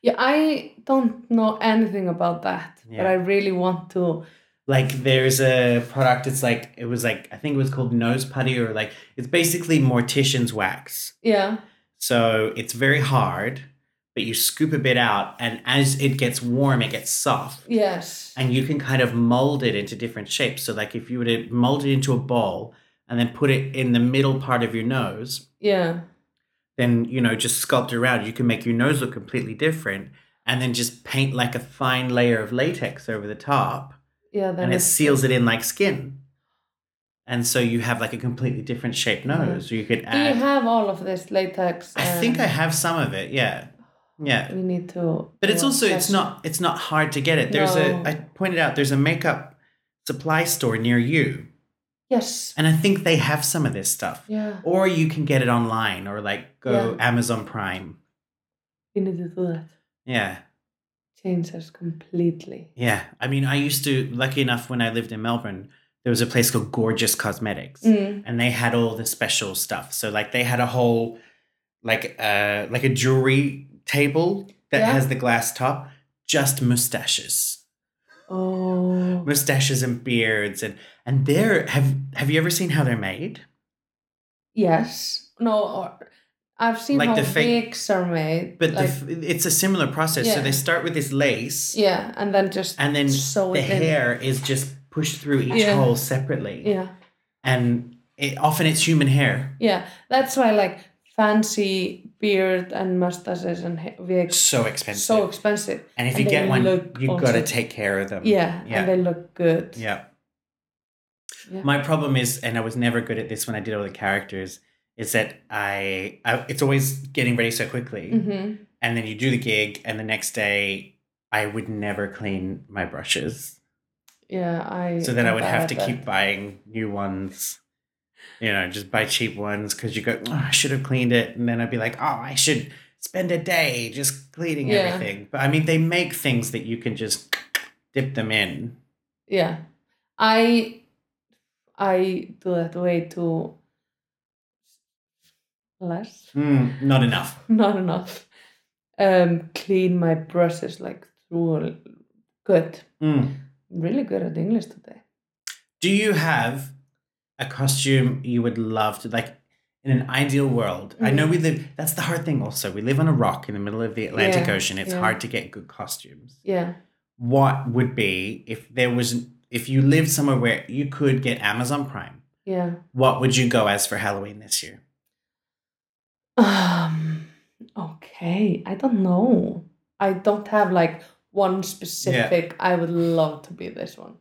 Speaker 2: Yeah, I don't know anything about that, but
Speaker 1: Yeah.
Speaker 2: I really want to.
Speaker 1: Like, there's a product, it's like, it was like, I think it was called Nose Putty, or like, it's basically mortician's wax.
Speaker 2: Yeah,
Speaker 1: So it's very hard, but you scoop a bit out, and as it gets warm, it gets soft.
Speaker 2: yes.
Speaker 1: and you can kind of mold it into different shapes. So, like if you were to mold it into a ball and then put it in the middle part of your nose,
Speaker 2: yeah.
Speaker 1: then you know, just sculpt around, you can make your nose look completely different and then just paint like a fine layer of latex over the top
Speaker 2: Yeah, then
Speaker 1: and it
Speaker 2: it's-
Speaker 1: seals it in like skin. and so you have like a completely different shaped nose. You could
Speaker 2: Do you um,
Speaker 1: add.
Speaker 2: have all of this latex?
Speaker 1: I
Speaker 2: and
Speaker 1: think I have some of it. Yeah, yeah.
Speaker 2: We need to.
Speaker 1: But it's
Speaker 2: do a
Speaker 1: also it's
Speaker 2: session.
Speaker 1: not it's not hard to get it. There's
Speaker 2: No.
Speaker 1: a I pointed out there's a makeup supply store near you,
Speaker 2: Yes.
Speaker 1: and I think they have some of this stuff.
Speaker 2: Yeah.
Speaker 1: Or you can get it online, or like go Amazon Prime.
Speaker 2: We need to do that.
Speaker 1: Yeah,
Speaker 2: Change us completely.
Speaker 1: yeah. I mean, I used to lucky enough when I lived in Melbourne, there was a place called Gorgeous Cosmetics.
Speaker 2: Mm.
Speaker 1: and they had all the special stuff. So like they had a whole like uh like a jewelry table that
Speaker 2: Yeah.
Speaker 1: has the glass top, just mustaches.
Speaker 2: Oh.
Speaker 1: Mustaches and beards and and they're have have you ever seen how they're made?
Speaker 2: Yes. No. Or I've seen
Speaker 1: Like
Speaker 2: how
Speaker 1: the fake-
Speaker 2: wigs are made.
Speaker 1: But the
Speaker 2: like,
Speaker 1: f it's a similar process. So
Speaker 2: Yeah.
Speaker 1: they start with this lace
Speaker 2: yeah, and then just
Speaker 1: and then
Speaker 2: sew
Speaker 1: the
Speaker 2: it in.
Speaker 1: hair is just pushed through each
Speaker 2: Yeah.
Speaker 1: hole separately.
Speaker 2: Yeah.
Speaker 1: And it, often it's human hair.
Speaker 2: Yeah. That's why like fancy beard and mustaches and ha- wigs
Speaker 1: So expensive.
Speaker 2: so expensive.
Speaker 1: and if
Speaker 2: and
Speaker 1: you
Speaker 2: they
Speaker 1: get one,
Speaker 2: look
Speaker 1: you got to
Speaker 2: awesome.
Speaker 1: take care of them.
Speaker 2: Yeah,
Speaker 1: Yeah.
Speaker 2: and they look good.
Speaker 1: Yeah.
Speaker 2: Yeah.
Speaker 1: My problem is, and I was never good at this when I did all the characters, is that I, I it's always getting ready so quickly,
Speaker 2: Mm-hmm.
Speaker 1: and then you do the gig, and the next day I would never clean my brushes,
Speaker 2: Yeah, I.
Speaker 1: so then I
Speaker 2: I'm
Speaker 1: would
Speaker 2: bad
Speaker 1: have
Speaker 2: at
Speaker 1: to
Speaker 2: that.
Speaker 1: keep buying new ones. You know, just buy cheap ones because you go, oh, I should have cleaned it, and then I'd be like, oh, I should spend a day just cleaning
Speaker 2: Yeah.
Speaker 1: everything. But I mean, they make things that you can just dip them in.
Speaker 2: Yeah, I. I do that way too. Less,
Speaker 1: Mm, not enough.
Speaker 2: not enough. Um, clean my brushes like through. Good,
Speaker 1: Mm.
Speaker 2: really good at English today.
Speaker 1: Do you have a costume you would love to like in an ideal world? I
Speaker 2: Mm.
Speaker 1: know we live that's the hard thing also. We live on a rock in the middle of the Atlantic
Speaker 2: Yeah,
Speaker 1: Ocean. It's
Speaker 2: yeah.
Speaker 1: hard to get good costumes.
Speaker 2: Yeah,
Speaker 1: What would be if there was if you lived somewhere where you could get Amazon Prime,
Speaker 2: yeah.
Speaker 1: what would you go as for Halloween this year?
Speaker 2: Um. Okay, I don't know. I don't have like one specific. I would love to be this one.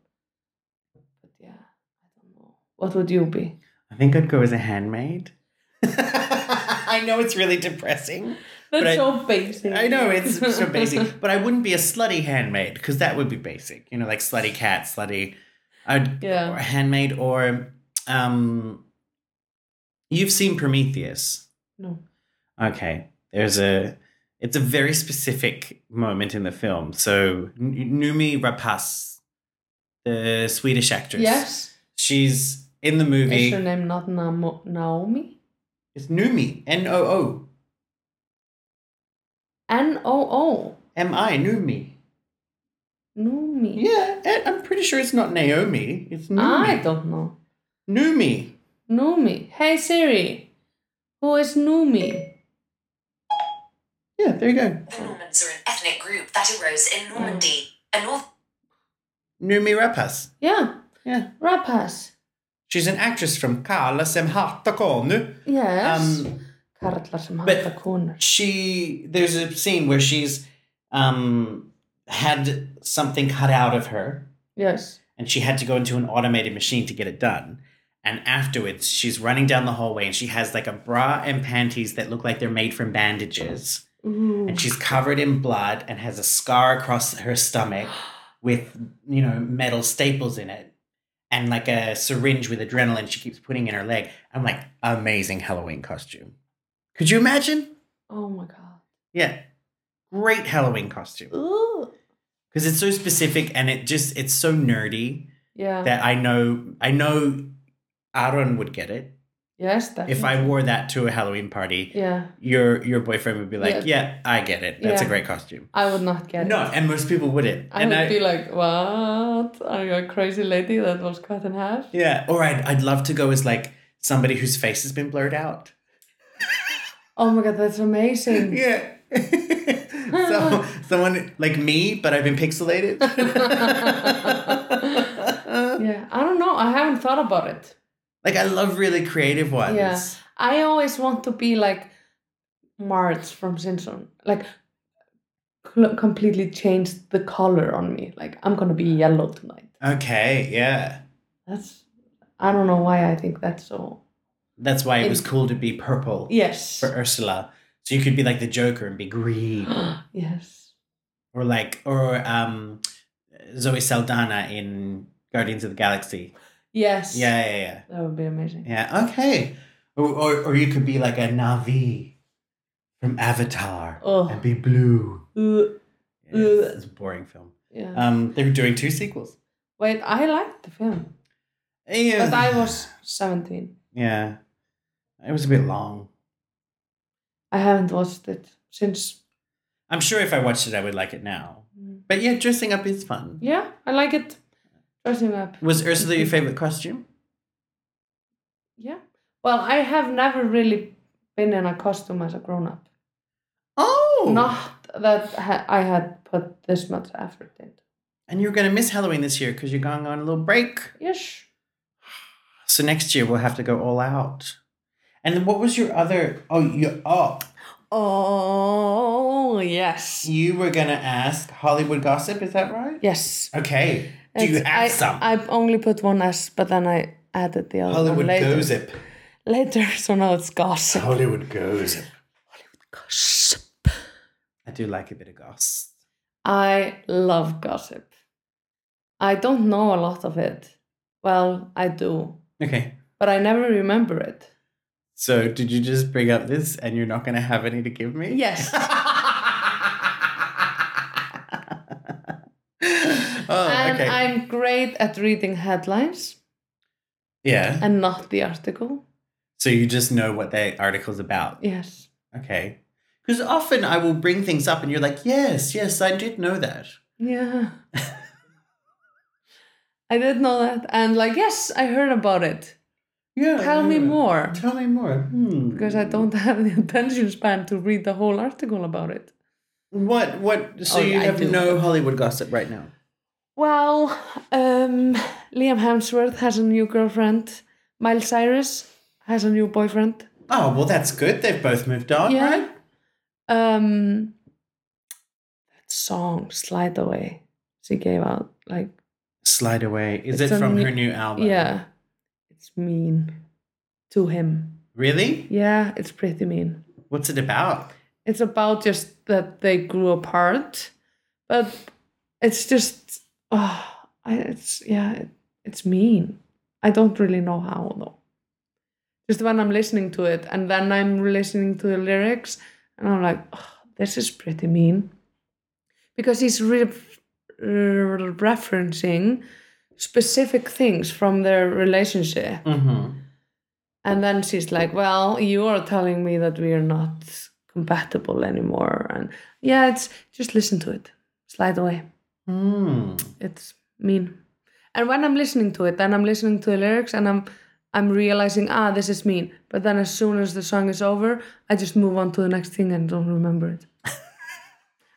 Speaker 2: But yeah, I don't know. What would you be?
Speaker 1: I think I'd go as a handmaid. I know it's really depressing.
Speaker 2: That's
Speaker 1: I-
Speaker 2: so basic.
Speaker 1: I know it's so basic, but I wouldn't be a slutty handmaid because that would be basic. You know, like slutty cat, slutty. I'd
Speaker 2: Yeah.
Speaker 1: or handmaid or um. You've seen Prometheus,
Speaker 2: no.
Speaker 1: okay? There's a. It's a very specific moment in the film. So N- Numi Rapace, the Swedish actress,
Speaker 2: Yes.
Speaker 1: she's in the movie.
Speaker 2: Is your name not Namo- Naomi?
Speaker 1: It's Numi, N O O
Speaker 2: N O O.
Speaker 1: M I, Numi.
Speaker 2: Numi.
Speaker 1: Yeah, I- I'm pretty sure it's not Naomi. It's
Speaker 2: Ah, I
Speaker 1: Numi.
Speaker 2: don't know.
Speaker 1: Numi.
Speaker 2: Numi. Hey Siri. Who is Numi?
Speaker 1: Yeah, there you go.
Speaker 3: The Normans are an ethnic group that arose in Normandy, a north
Speaker 1: Numi Rapace.
Speaker 2: Yeah.
Speaker 1: Yeah.
Speaker 2: Rapace.
Speaker 1: She's an actress from Kala sem hata konu.
Speaker 2: Yes.
Speaker 1: Um,
Speaker 2: Karlar sem
Speaker 1: but-
Speaker 2: hata konur.
Speaker 1: she there's a scene where she's um had something cut out of her
Speaker 2: Yes.
Speaker 1: and she had to go into an automated machine to get it done. And afterwards, she's running down the hallway and she has like a bra and panties that look like they're made from bandages.
Speaker 2: Ooh.
Speaker 1: And she's covered in blood and has a scar across her stomach with, you know, metal staples in it and like a syringe with adrenaline she keeps putting in her leg. I'm like, amazing Halloween costume. Could you imagine?
Speaker 2: Oh my god.
Speaker 1: Yeah. Great Halloween costume.
Speaker 2: Ooh.
Speaker 1: Because it's so specific and it just, it's so nerdy
Speaker 2: Yeah.
Speaker 1: that I know, I know Aaron would get it.
Speaker 2: yes. Definitely.
Speaker 1: If I wore that to a Halloween party,
Speaker 2: Yeah.
Speaker 1: your your boyfriend would be like,
Speaker 2: Yeah.
Speaker 1: yeah, I get it. That's a
Speaker 2: Yeah.
Speaker 1: great costume.
Speaker 2: I would not get
Speaker 1: No,
Speaker 2: it.
Speaker 1: and most people wouldn't.
Speaker 2: I
Speaker 1: and
Speaker 2: would be like, what? Are you a crazy lady that was cut in half?
Speaker 1: yeah, or I'd, I'd love to go as like somebody whose face has been blurred out.
Speaker 2: Oh my god, that's amazing.
Speaker 1: Yeah. so someone like me, but I've been pixelated.
Speaker 2: yeah. I don't know. I haven't thought about it.
Speaker 1: like I love really creative ones.
Speaker 2: Yeah. I always want to be like Marge from Simpson. Like cl- completely changed the color on me. Like I'm gonna be yellow tonight.
Speaker 1: Okay, yeah.
Speaker 2: That's I don't know why I think that's so.
Speaker 1: That's why it was
Speaker 2: It-
Speaker 1: cool to be purple
Speaker 2: Yes.
Speaker 1: for Ursula. So you could be like the Joker and be green.
Speaker 2: yes.
Speaker 1: or like or um Zoe Saldana in Guardians of the Galaxy.
Speaker 2: Yes.
Speaker 1: Yeah, yeah, yeah.
Speaker 2: That would be amazing.
Speaker 1: Yeah, okay. Or or, or you could be like a Navi from Avatar
Speaker 2: Oh.
Speaker 1: and be blue.
Speaker 2: Ooh,
Speaker 1: Yeah, it's, it's a boring film.
Speaker 2: yeah.
Speaker 1: Um they were doing two sequels.
Speaker 2: Wait, I liked the film,
Speaker 1: Yeah.
Speaker 2: but I was 17.
Speaker 1: Yeah. It was a bit long.
Speaker 2: I haven't watched it since.
Speaker 1: I'm sure if I watched it I would like it now. But yeah, dressing up is fun.
Speaker 2: Yeah, I like it. Dressing up.
Speaker 1: Was Ursula your favorite costume?
Speaker 2: Yeah. Well, I have never really been in a costume as a grown up.
Speaker 1: Oh
Speaker 2: Not that ha- I had put this much effort into.
Speaker 1: And you're gonna miss Halloween this year because you're going on a little break.
Speaker 2: Yes.
Speaker 1: So next year we'll have to go all out. And then what was your other? Oh, you oh
Speaker 2: Oh, yes.
Speaker 1: you were gonna ask Hollywood gossip? Is that right?
Speaker 2: Yes.
Speaker 1: Okay. Do you
Speaker 2: It's-
Speaker 1: have
Speaker 2: I,
Speaker 1: some
Speaker 2: I only put one S, but then I added the other one
Speaker 1: Hollywood
Speaker 2: later.
Speaker 1: gossip?
Speaker 2: Later, so now it's gossip.
Speaker 1: Hollywood gossip.
Speaker 2: Gossip.
Speaker 1: I do like a bit of gossip.
Speaker 2: I love gossip. I don't know a lot of it. Well, I do,
Speaker 1: Okay.
Speaker 2: but I never remember it.
Speaker 1: So did you just bring up this, and you're not gonna have any to give me?
Speaker 2: Yes.
Speaker 1: oh,
Speaker 2: and
Speaker 1: okay.
Speaker 2: I'm great at reading headlines
Speaker 1: yeah.
Speaker 2: and not the article.
Speaker 1: So you just know what that article's about.
Speaker 2: Yes.
Speaker 1: Okay. Because often I will bring things up and you're like, yes, yes, I did know that.
Speaker 2: Yeah. I did know that. And like, yes, I heard about it.
Speaker 1: Yeah.
Speaker 2: Tell me more.
Speaker 1: Tell me more. Hmm.
Speaker 2: Because I don't have the attention span to read the whole article about it.
Speaker 1: What, what, so
Speaker 2: Oh,
Speaker 1: you
Speaker 2: yeah, I
Speaker 1: have
Speaker 2: do.
Speaker 1: no Hollywood gossip right now?
Speaker 2: Well, um, Liam Hemsworth has a new girlfriend. Miles Cyrus has a new boyfriend.
Speaker 1: Oh, well, that's good. They've both moved on, right?
Speaker 2: Um, that song, Slide Away, she gave out. Like,
Speaker 1: Slide Away. Is
Speaker 2: It's
Speaker 1: it
Speaker 2: a
Speaker 1: from
Speaker 2: new-
Speaker 1: her new album?
Speaker 2: yeah, it's mean to him.
Speaker 1: Really?
Speaker 2: Yeah, it's pretty mean.
Speaker 1: What's it about?
Speaker 2: it's about just that they grew apart but it's just oh, I, it's yeah it, it's mean i don't really know how though just when i'm listening to it and then i'm listening to the lyrics and i'm like oh, this is pretty mean because he's re- re- referencing specific things from their relationship
Speaker 1: Mm-hmm.
Speaker 2: and then she's like, Well, you are telling me that we are not compatible anymore. And yeah, it's just listen to it. Slide away.
Speaker 1: Hmm.
Speaker 2: It's mean. And when I'm listening to it, then I'm listening to the lyrics and I'm I'm realizing, ah, this is mean. But then as soon as the song is over, I just move on to the next thing and don't remember it.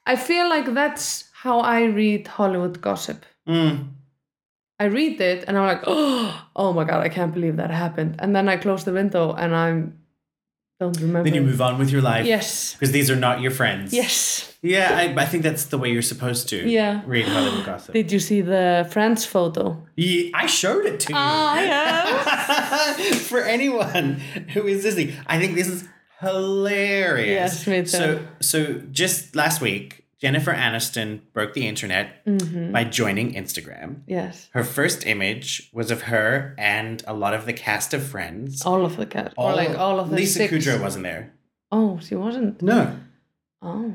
Speaker 2: I feel like that's how I read Hollywood gossip.
Speaker 1: Mm.
Speaker 2: I read it and I'm like, oh, oh my god, I can't believe that happened. And then I close the window and I'm don't remember.
Speaker 1: Then you move on with your life.
Speaker 2: Yes.
Speaker 1: Because these are not your friends.
Speaker 2: Yes.
Speaker 1: Yeah, I, I think that's the way you're supposed to
Speaker 2: Yeah.
Speaker 1: read Hollywood gossip.
Speaker 2: Did you see the friends photo?
Speaker 1: Ye- I showed it to you.
Speaker 2: Ah,
Speaker 1: For anyone who is listening, I think this is
Speaker 2: Yes,
Speaker 1: hilarious.
Speaker 2: me too.
Speaker 1: So, so just last week, Jennifer Aniston broke the internet
Speaker 2: Mm-hmm.
Speaker 1: by joining Instagram.
Speaker 2: Yes.
Speaker 1: Her first image was of her and a lot of the cast of Friends.
Speaker 2: All of the cat. Or like all of the
Speaker 1: Oh, Lisa
Speaker 2: six.
Speaker 1: Kudrow wasn't there.
Speaker 2: Oh, she wasn't.
Speaker 1: No,
Speaker 2: Oh.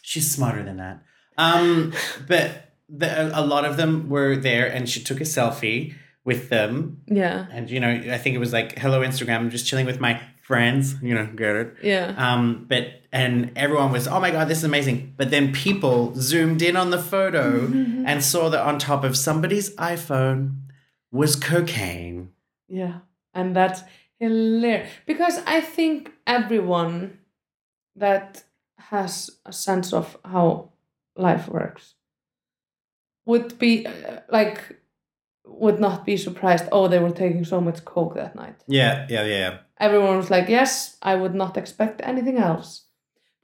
Speaker 1: she's smarter than that. Um, but the, a lot of them were there, and she took a selfie with them
Speaker 2: Yeah.
Speaker 1: and you know i think it was like hello instagram i'm just chilling with my friends you know get it
Speaker 2: Yeah.
Speaker 1: um but and everyone was oh my god this is amazing but then people zoomed in on the photo and saw that on top of somebody's iphone was cocaine
Speaker 2: Yeah. And that's hilarious. Because I think everyone that has a sense of how life works would be uh, like, would not be surprised. Oh, they were taking so much coke that night.
Speaker 1: yeah yeah yeah
Speaker 2: Everyone was like, yes, I would not expect anything else.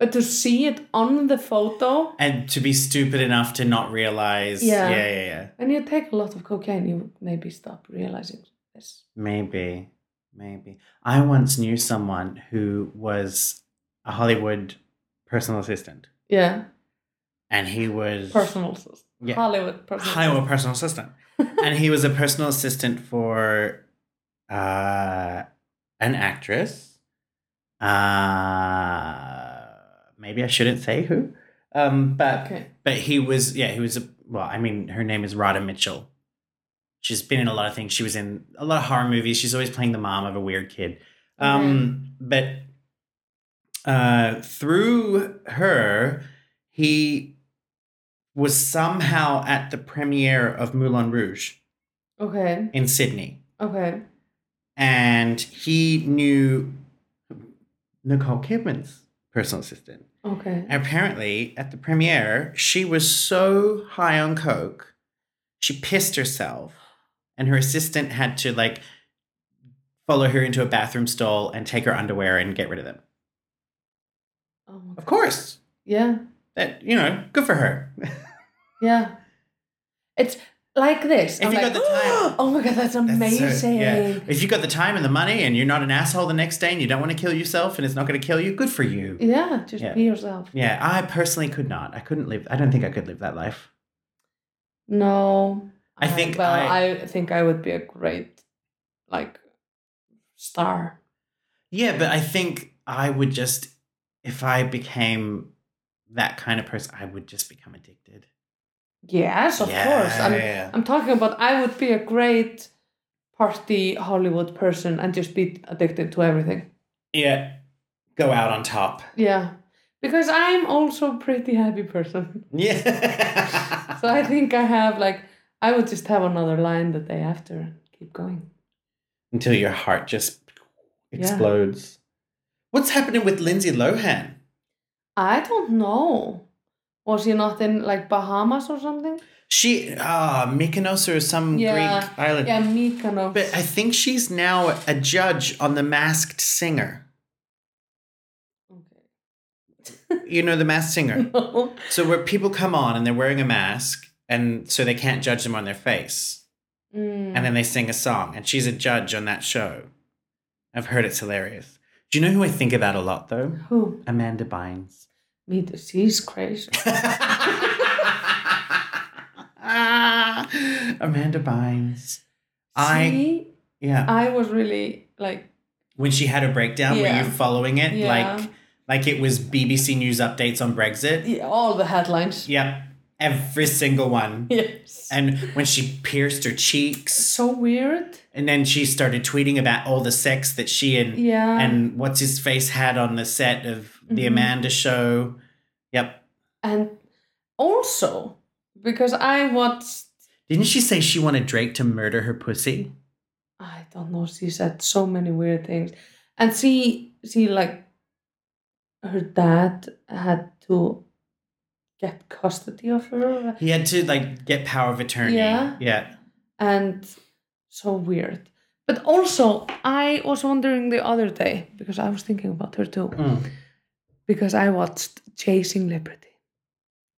Speaker 2: But to see it on the photo,
Speaker 1: and to be stupid enough to not realize
Speaker 2: Yeah.
Speaker 1: yeah yeah, yeah.
Speaker 2: when you take a lot of cocaine, you maybe stop realizing this.
Speaker 1: Maybe. Maybe. I once knew someone who was a Hollywood personal assistant.
Speaker 2: Yeah,
Speaker 1: And he was
Speaker 2: personal assist-
Speaker 1: Yeah.
Speaker 2: Hollywood personal.
Speaker 1: Hollywood personal assistant. and he was a personal assistant for uh, an actress. Uh, maybe I shouldn't say who. Um, but
Speaker 2: Okay.
Speaker 1: but he was yeah he was a, well I mean her name is Rada Mitchell. She's been in a lot of things. She was in a lot of horror movies. She's always playing the mom of a weird kid. Um, But uh, through her, he was somehow at the premiere of Moulin Rouge
Speaker 2: Okay.
Speaker 1: in Sydney,
Speaker 2: Okay.
Speaker 1: and he knew Nicole Kidman's personal assistant.
Speaker 2: Okay.
Speaker 1: And apparently, at the premiere, she was so high on coke, she pissed herself, and her assistant had to like follow her into a bathroom stall and take her underwear and get rid of them.
Speaker 2: Oh my
Speaker 1: Of
Speaker 2: God.
Speaker 1: course,
Speaker 2: Yeah.
Speaker 1: that you know, good for her.
Speaker 2: Yeah. It's like this.
Speaker 1: If
Speaker 2: I'm
Speaker 1: you
Speaker 2: like,
Speaker 1: got the time.
Speaker 2: Oh my god, that's
Speaker 1: That's
Speaker 2: amazing.
Speaker 1: so- If you got the time and the money, and you're not an asshole the next day, and you don't want to kill yourself, and it's not going to kill you, good for you.
Speaker 2: Yeah, just
Speaker 1: Yeah.
Speaker 2: be yourself.
Speaker 1: Yeah, I personally could not. I couldn't live. I don't think I could live that life.
Speaker 2: No.
Speaker 1: I think
Speaker 2: well,
Speaker 1: I-
Speaker 2: I, think I would be a great like star.
Speaker 1: Yeah, but I think I would just, if I became that kind of person, I would just become addicted.
Speaker 2: Yes, of course. I'm I'm talking about I would be a great party Hollywood person and just be addicted to everything.
Speaker 1: yeah. Go out on top.
Speaker 2: Yeah. Because I'm also a pretty happy person.
Speaker 1: Yeah.
Speaker 2: So I think I have like I would just have another line the day after and keep going.
Speaker 1: Until your heart just
Speaker 2: Yeah.
Speaker 1: explodes. What's happening with Lindsay Lohan?
Speaker 2: I don't know. Was he not in like Bahamas or something?
Speaker 1: She, ah, Mykonos or some
Speaker 2: Yeah.
Speaker 1: Greek island.
Speaker 2: Yeah, Mykonos.
Speaker 1: But I think she's now a judge on The Masked Singer.
Speaker 2: okay.
Speaker 1: You know, The Masked Singer.
Speaker 2: No.
Speaker 1: So where people come on and they're wearing a mask, and so they can't judge them on their face,
Speaker 2: Mm.
Speaker 1: and then they sing a song, and she's a judge on that show. I've heard it's hilarious. Do you know who I think about a lot though?
Speaker 2: Who?
Speaker 1: Amanda Bynes.
Speaker 2: Me too. She's crazy.
Speaker 1: Amanda Bynes. I-
Speaker 2: See,
Speaker 1: Yeah.
Speaker 2: I was really like,
Speaker 1: When she had her breakdown, were
Speaker 2: Yeah.
Speaker 1: you following it?
Speaker 2: Yeah.
Speaker 1: Like, like it was BBC News updates on Brexit.
Speaker 2: yeah, all the headlines.
Speaker 1: Yep. Every single one.
Speaker 2: Yes.
Speaker 1: And when she pierced her cheeks.
Speaker 2: so weird.
Speaker 1: And then she started tweeting about all the sex that she and
Speaker 2: Yeah.
Speaker 1: and what's his face had on the set of the
Speaker 2: Mhm.
Speaker 1: Amanda show. Yep.
Speaker 2: and also, because I watched,
Speaker 1: Didn't she say she wanted Drake to murder her pussy?
Speaker 2: I don't know, she said so many weird things. And she, she like, her dad had to get custody of her.
Speaker 1: He had to like get power of attorney.
Speaker 2: Yeah.
Speaker 1: Yeah.
Speaker 2: and so weird. But also, I was wondering the other day because I was thinking about her too
Speaker 1: Mm.
Speaker 2: because I watched Chasing Liberty,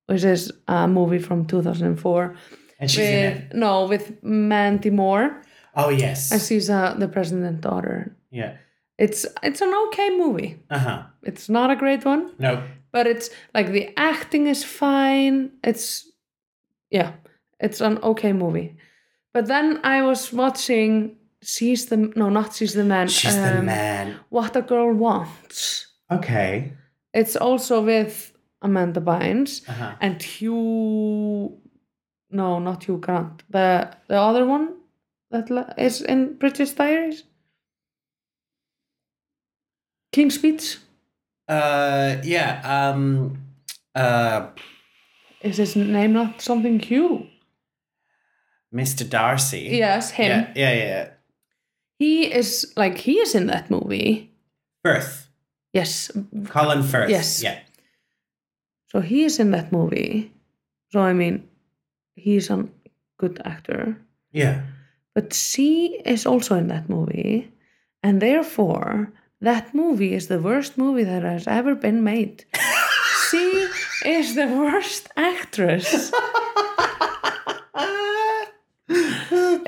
Speaker 2: which is a movie from 2004
Speaker 1: And she's in it.
Speaker 2: with no with Mandy Moore
Speaker 1: Oh yes.
Speaker 2: and she's uh, the president daughter.
Speaker 1: Yeah.
Speaker 2: It's it's an okay movie.
Speaker 1: Uh huh.
Speaker 2: It's not a great one,
Speaker 1: No.
Speaker 2: but it's like the acting is fine it's yeah it's an okay movie but then i was watching she's the no not she's the man
Speaker 1: She's the
Speaker 2: um,
Speaker 1: man.
Speaker 2: what a girl wants
Speaker 1: Okay.
Speaker 2: it's also with amanda bynes
Speaker 1: Uh huh.
Speaker 2: and hugh no not hugh grant the the other one that la- is in british diaries king's speech
Speaker 1: Uh yeah. Um. Uh.
Speaker 2: is his name not something hugh
Speaker 1: Mr. Darcy.
Speaker 2: yes him
Speaker 1: Yeah. Yeah. Yeah.
Speaker 2: he is like he is in that movie
Speaker 1: Firth.
Speaker 2: yes
Speaker 1: Colin Firth.
Speaker 2: Yes.
Speaker 1: Yeah.
Speaker 2: so he is in that movie so i mean he's a good actor
Speaker 1: Yeah.
Speaker 2: but she is also in that movie and therefore that movie is the worst movie that has ever been made she is the worst actress
Speaker 1: oh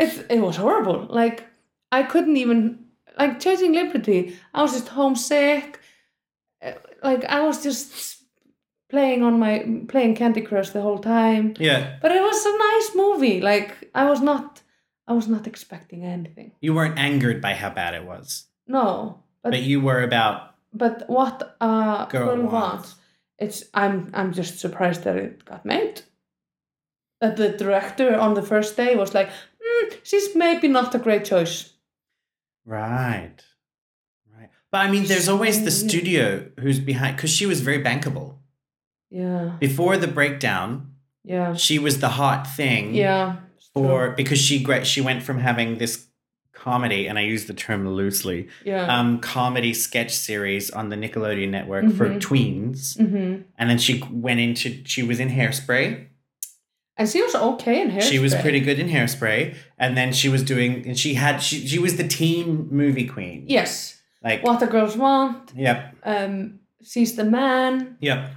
Speaker 2: it, it was horrible like I couldn't even like chasing liberty. I was just homesick. Uh, Like I was just playing on my playing Candy Crush the whole time.
Speaker 1: Yeah.
Speaker 2: But it was a nice movie. Like I was not I was not expecting anything.
Speaker 1: You weren't angered by how bad it was,
Speaker 2: No. But
Speaker 1: but you were about
Speaker 2: but what uh
Speaker 1: Girl
Speaker 2: girl,
Speaker 1: Wants.
Speaker 2: wants. it's i'm i'm just surprised that it got made that the director on the first day was like mm, she's maybe not a great choice
Speaker 1: right, right. But I mean, there's always the studio who's behind because she was very bankable
Speaker 2: yeah
Speaker 1: before the breakdown.
Speaker 2: yeah
Speaker 1: She was the hot thing.
Speaker 2: yeah it's true.
Speaker 1: For because she gra- she went from having this comedy, and I use the term loosely,
Speaker 2: yeah
Speaker 1: um, comedy sketch series on the Nickelodeon network for
Speaker 2: Mhm.
Speaker 1: tweens.
Speaker 2: hmm
Speaker 1: And then she went into, she was in Hairspray.
Speaker 2: and she was okay in her
Speaker 1: She was pretty good in Hairspray. And then she was doing, and she had, she, she was the teen movie queen.
Speaker 2: yes
Speaker 1: Like,
Speaker 2: what the girls want
Speaker 1: yep,
Speaker 2: um she's the man
Speaker 1: yep.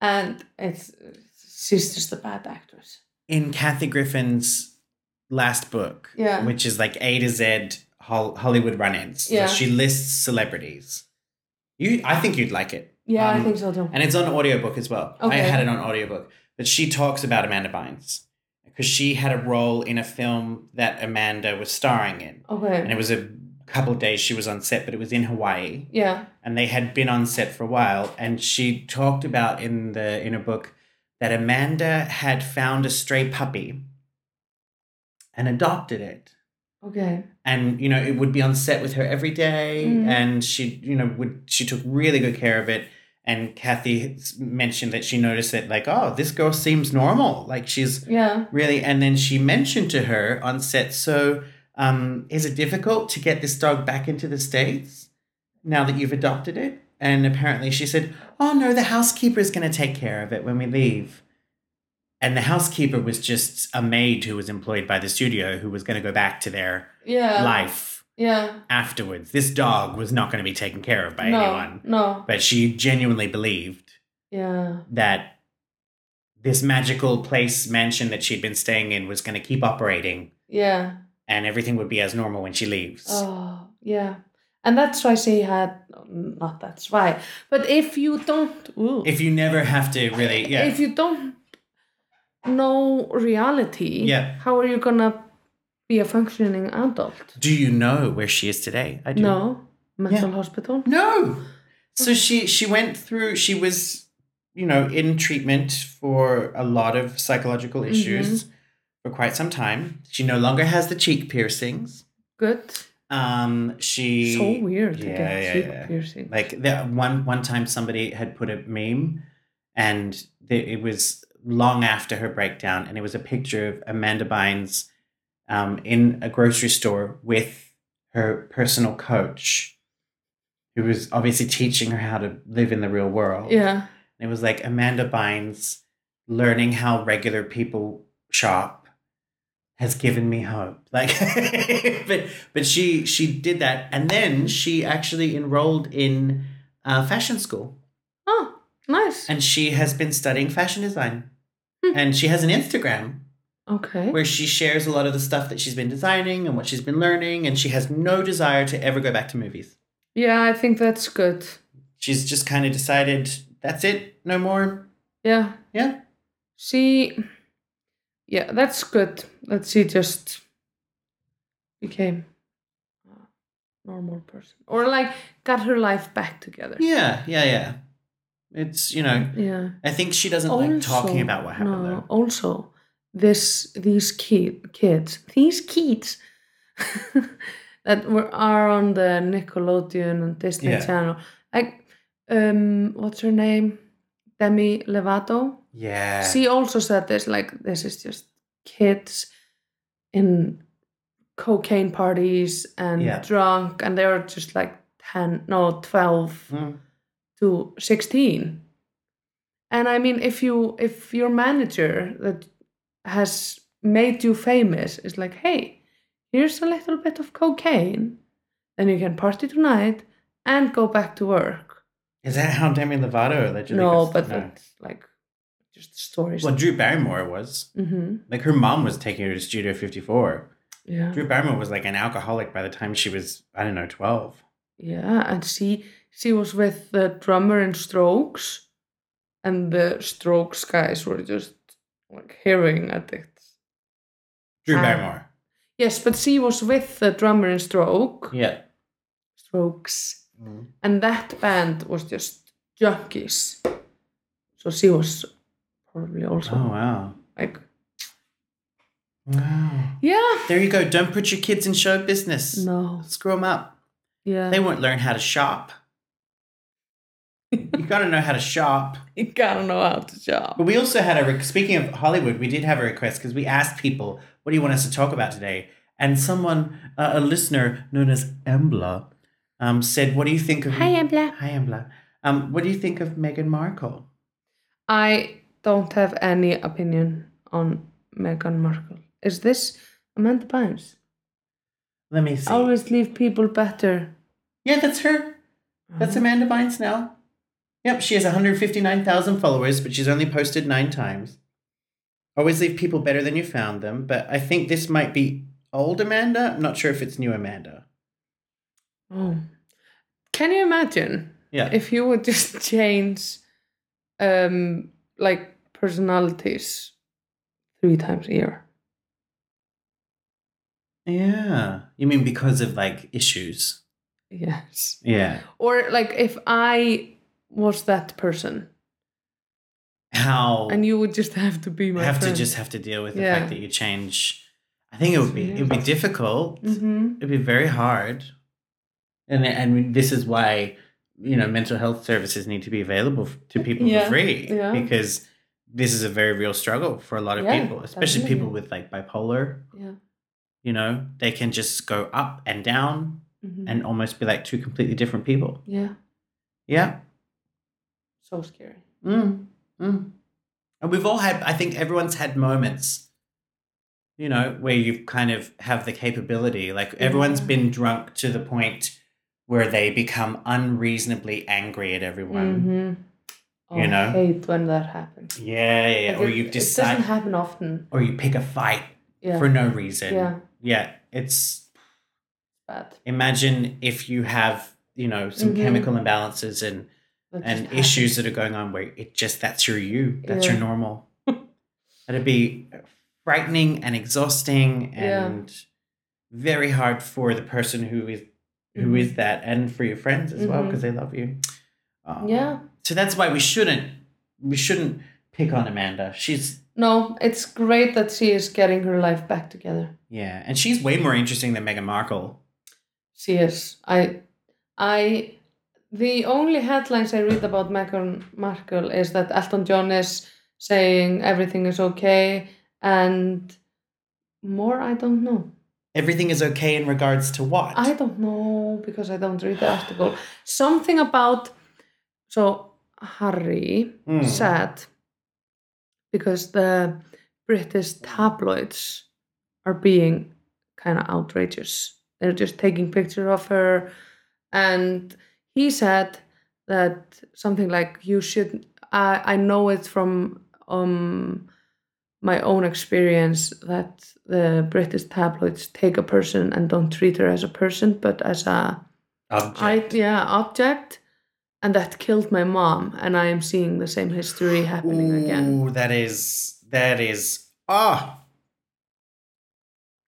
Speaker 2: and it's she's just a bad actress
Speaker 1: In Kathy Griffin's last book,
Speaker 2: Yeah.
Speaker 1: which is like A to Z Hol- Hollywood run ins,
Speaker 2: Yeah.
Speaker 1: she lists celebrities. You, I think you'd like it.
Speaker 2: yeah
Speaker 1: Um,
Speaker 2: i think so too
Speaker 1: And it's on audiobook as well. I
Speaker 2: Okay.
Speaker 1: had it on audiobook. But she talks about Amanda Bynes because she had a role in a film that Amanda was starring in. And
Speaker 2: okay
Speaker 1: it was a couple of days she was on set, but it was in Hawaii.
Speaker 2: yeah
Speaker 1: And they had been on set for a while. And she talked about in the in her book that Amanda had found a stray puppy and adopted it
Speaker 2: okay
Speaker 1: and you know it would be on set with her every day
Speaker 2: Mm.
Speaker 1: and she you know would she took really good care of it and kathy s- mentioned that she noticed that like oh this girl seems normal like she's
Speaker 2: yeah
Speaker 1: really and then she mentioned to her on set so um, is it difficult to get this dog back into the states now that you've adopted it and apparently she said oh no the housekeeper is going to take care of it when we leave and the housekeeper was just a maid who was employed by the studio who was going to go back to their
Speaker 2: yeah
Speaker 1: life
Speaker 2: yeah
Speaker 1: afterwards. This dog was not going to be taken care of by
Speaker 2: no,
Speaker 1: anyone.
Speaker 2: No.
Speaker 1: But she genuinely believed
Speaker 2: Yeah.
Speaker 1: that this magical place mansion that she'd been staying in was going to keep operating
Speaker 2: Yeah.
Speaker 1: and everything would be as normal when she leaves.
Speaker 2: Oh, yeah. And that's why she had not that's why. But if you don't ooh,
Speaker 1: If you never have to really, yeah.
Speaker 2: if you don't know reality,
Speaker 1: Yeah.
Speaker 2: how are you gonna be a functioning adult?
Speaker 1: do you know where she is today? I do.
Speaker 2: No. Mental hospital?
Speaker 1: No. So she she went through she was you know in treatment for a lot of psychological
Speaker 2: Mm-hmm.
Speaker 1: issues for quite some time. She no longer has the cheek piercings.
Speaker 2: Good.
Speaker 1: Um, she
Speaker 2: so weird to
Speaker 1: yeah,
Speaker 2: get
Speaker 1: yeah,
Speaker 2: cheek
Speaker 1: yeah.
Speaker 2: piercing.
Speaker 1: Like the one one time, somebody had put a meme, and the, it was long after her breakdown, and it was a picture of Amanda Bynes, um, in a grocery store with her personal coach, who was obviously teaching her how to live in the real world.
Speaker 2: yeah.
Speaker 1: And it was like Amanda Bynes learning how regular people shop has given me hope. Like but but she she did that and then she actually enrolled in uh, fashion school
Speaker 2: Oh, nice.
Speaker 1: and she has been studying fashion design.
Speaker 2: Hmm.
Speaker 1: And she has an Instagram
Speaker 2: Okay.
Speaker 1: where she shares a lot of the stuff that she's been designing and what she's been learning and she has no desire to ever go back to movies.
Speaker 2: Yeah, I think that's good.
Speaker 1: She's just kind of decided that's it, no more.
Speaker 2: Yeah.
Speaker 1: Yeah.
Speaker 2: She, yeah, that's good that she just became a normal person or like got her life back together.
Speaker 1: Yeah, yeah, yeah. It's you know,
Speaker 2: Yeah.
Speaker 1: I think she
Speaker 2: Oh,
Speaker 1: doesn't like talking about what happened
Speaker 2: no,
Speaker 1: though.
Speaker 2: Also, this these kid, kids, these kids that were are on the Nickelodeon and Disney
Speaker 1: Yeah.
Speaker 2: Channel, like um, what's her name, Demi Lovato.
Speaker 1: Yeah.
Speaker 2: she also said this like this is just kids in cocaine parties and
Speaker 1: Yeah.
Speaker 2: drunk and they're just like 10 no 12
Speaker 1: Mm.
Speaker 2: to 16 and i mean if you if your manager that has made you famous is like hey here's a little bit of cocaine then you can party tonight and go back to work
Speaker 1: Is that how Demi Lovato allegedly?
Speaker 2: no
Speaker 1: got-
Speaker 2: but that's like just stories
Speaker 1: well, Drew Barrymore was
Speaker 2: hmm
Speaker 1: like her mom was taking her to Studio Fifty Four
Speaker 2: Yeah.
Speaker 1: Drew Barrymore was like an alcoholic by the time she was, I don't know, 12.
Speaker 2: Yeah, and she she was with the drummer in Strokes, and the Strokes guys were just like heroin addicts.
Speaker 1: Drew
Speaker 2: Ah.
Speaker 1: Barrymore.
Speaker 2: Yes, but she was with the drummer in Stroke,
Speaker 1: Yeah.
Speaker 2: Strokes, and that band was just junkies. So she was probably also
Speaker 1: Oh, wow.
Speaker 2: like,
Speaker 1: Wow.
Speaker 2: yeah,
Speaker 1: There you go. Don't put your kids in show business.
Speaker 2: no,
Speaker 1: Screw them up.
Speaker 2: yeah,
Speaker 1: They won't learn how to shop. you gotta know how to shop.
Speaker 2: you gotta know how to job.
Speaker 1: But we also had a re- speaking of Hollywood, we did have a request because we asked people, "What do you want us to talk about today?" And someone, uh, a listener known as Embla, um, said, "What do you think of?"
Speaker 2: Hi, Embla.
Speaker 1: Hi, Embla. Um, what do you think of Meghan Markle?
Speaker 2: I don't have any opinion on Meghan Markle. Is this Amanda Bynes?
Speaker 1: Let me see.
Speaker 2: Always leave people better.
Speaker 1: yeah, that's her. That's
Speaker 2: Uh-huh.
Speaker 1: Amanda Bynes now. Yep, she has 159,000 followers, but she's only posted nine times. Always leave people better than you found them, but I think this might be old Amanda. I'm not sure if it's new Amanda.
Speaker 2: Oh. Can you imagine
Speaker 1: Yeah.
Speaker 2: if you would just change um like personalities three times a year?
Speaker 1: yeah. You mean because of like issues?
Speaker 2: Yes.
Speaker 1: Yeah.
Speaker 2: Or like if I was that person
Speaker 1: How
Speaker 2: and you would just have to be my
Speaker 1: have
Speaker 2: friend.
Speaker 1: to just have to deal with the
Speaker 2: Yeah.
Speaker 1: fact that you change. I think it would be it would be difficult.
Speaker 2: Mhm.
Speaker 1: It'd be very hard. And and this is why you know mental health services need to be available f- to people
Speaker 2: Yeah,
Speaker 1: for free
Speaker 2: yeah.
Speaker 1: because this is a very real struggle for a lot of
Speaker 2: Yeah,
Speaker 1: people, especially
Speaker 2: definitely.
Speaker 1: people with like bipolar.
Speaker 2: Yeah.
Speaker 1: You know, they can just go up and down
Speaker 2: Mhm.
Speaker 1: and almost be like two completely different people.
Speaker 2: yeah.
Speaker 1: Yeah.
Speaker 2: So scary.
Speaker 1: Mm. Mm. And we've all had, I think everyone's had moments, you know, where you kind of have the capability. Like everyone's
Speaker 2: Yeah.
Speaker 1: been drunk to the point where they become unreasonably angry at everyone.
Speaker 2: Mhm. Oh,
Speaker 1: you
Speaker 2: I
Speaker 1: know?
Speaker 2: hate when that happens.
Speaker 1: Yeah, yeah, yeah.
Speaker 2: Like,
Speaker 1: Or
Speaker 2: it-
Speaker 1: you
Speaker 2: It doesn't
Speaker 1: decide,
Speaker 2: happen often.
Speaker 1: or you pick a fight
Speaker 2: Yeah.
Speaker 1: for no reason.
Speaker 2: Yeah.
Speaker 1: Yeah. It's,
Speaker 2: bad.
Speaker 1: imagine if you have, you know, some
Speaker 2: Mhm.
Speaker 1: chemical imbalances and
Speaker 2: That just
Speaker 1: and
Speaker 2: happens.
Speaker 1: issues that are going on where it just that's your you that's
Speaker 2: Yeah.
Speaker 1: your normal it'd be frightening and exhausting
Speaker 2: Yeah.
Speaker 1: and very hard for the person who is
Speaker 2: Mm-hmm.
Speaker 1: who is that and for your friends as well
Speaker 2: Mhm.
Speaker 1: because they love you Um,
Speaker 2: Yeah.
Speaker 1: so that's why we shouldn't we shouldn't pick on amanda she's
Speaker 2: No, it's great that she is getting her life back together.
Speaker 1: yeah and she's way more interesting than meghan markle
Speaker 2: She is. I, I, the only headlines I read about Meghan Markle is that Elton John is saying everything is okay and more I don't know.
Speaker 1: everything is okay in regards to what
Speaker 2: I don't know because I don't read the article. Something about so Harry
Speaker 1: Mm.
Speaker 2: said because the British tabloids are being kind of outrageous. They're just taking pictures of her, and he said that something like you should. I I know it from um my own experience that the British tabloids take a person and don't treat her as a person but as a
Speaker 1: Object.
Speaker 2: I yeah object, and that killed my mom. And I am seeing the same history happening again.
Speaker 1: Ooh, that is that is ah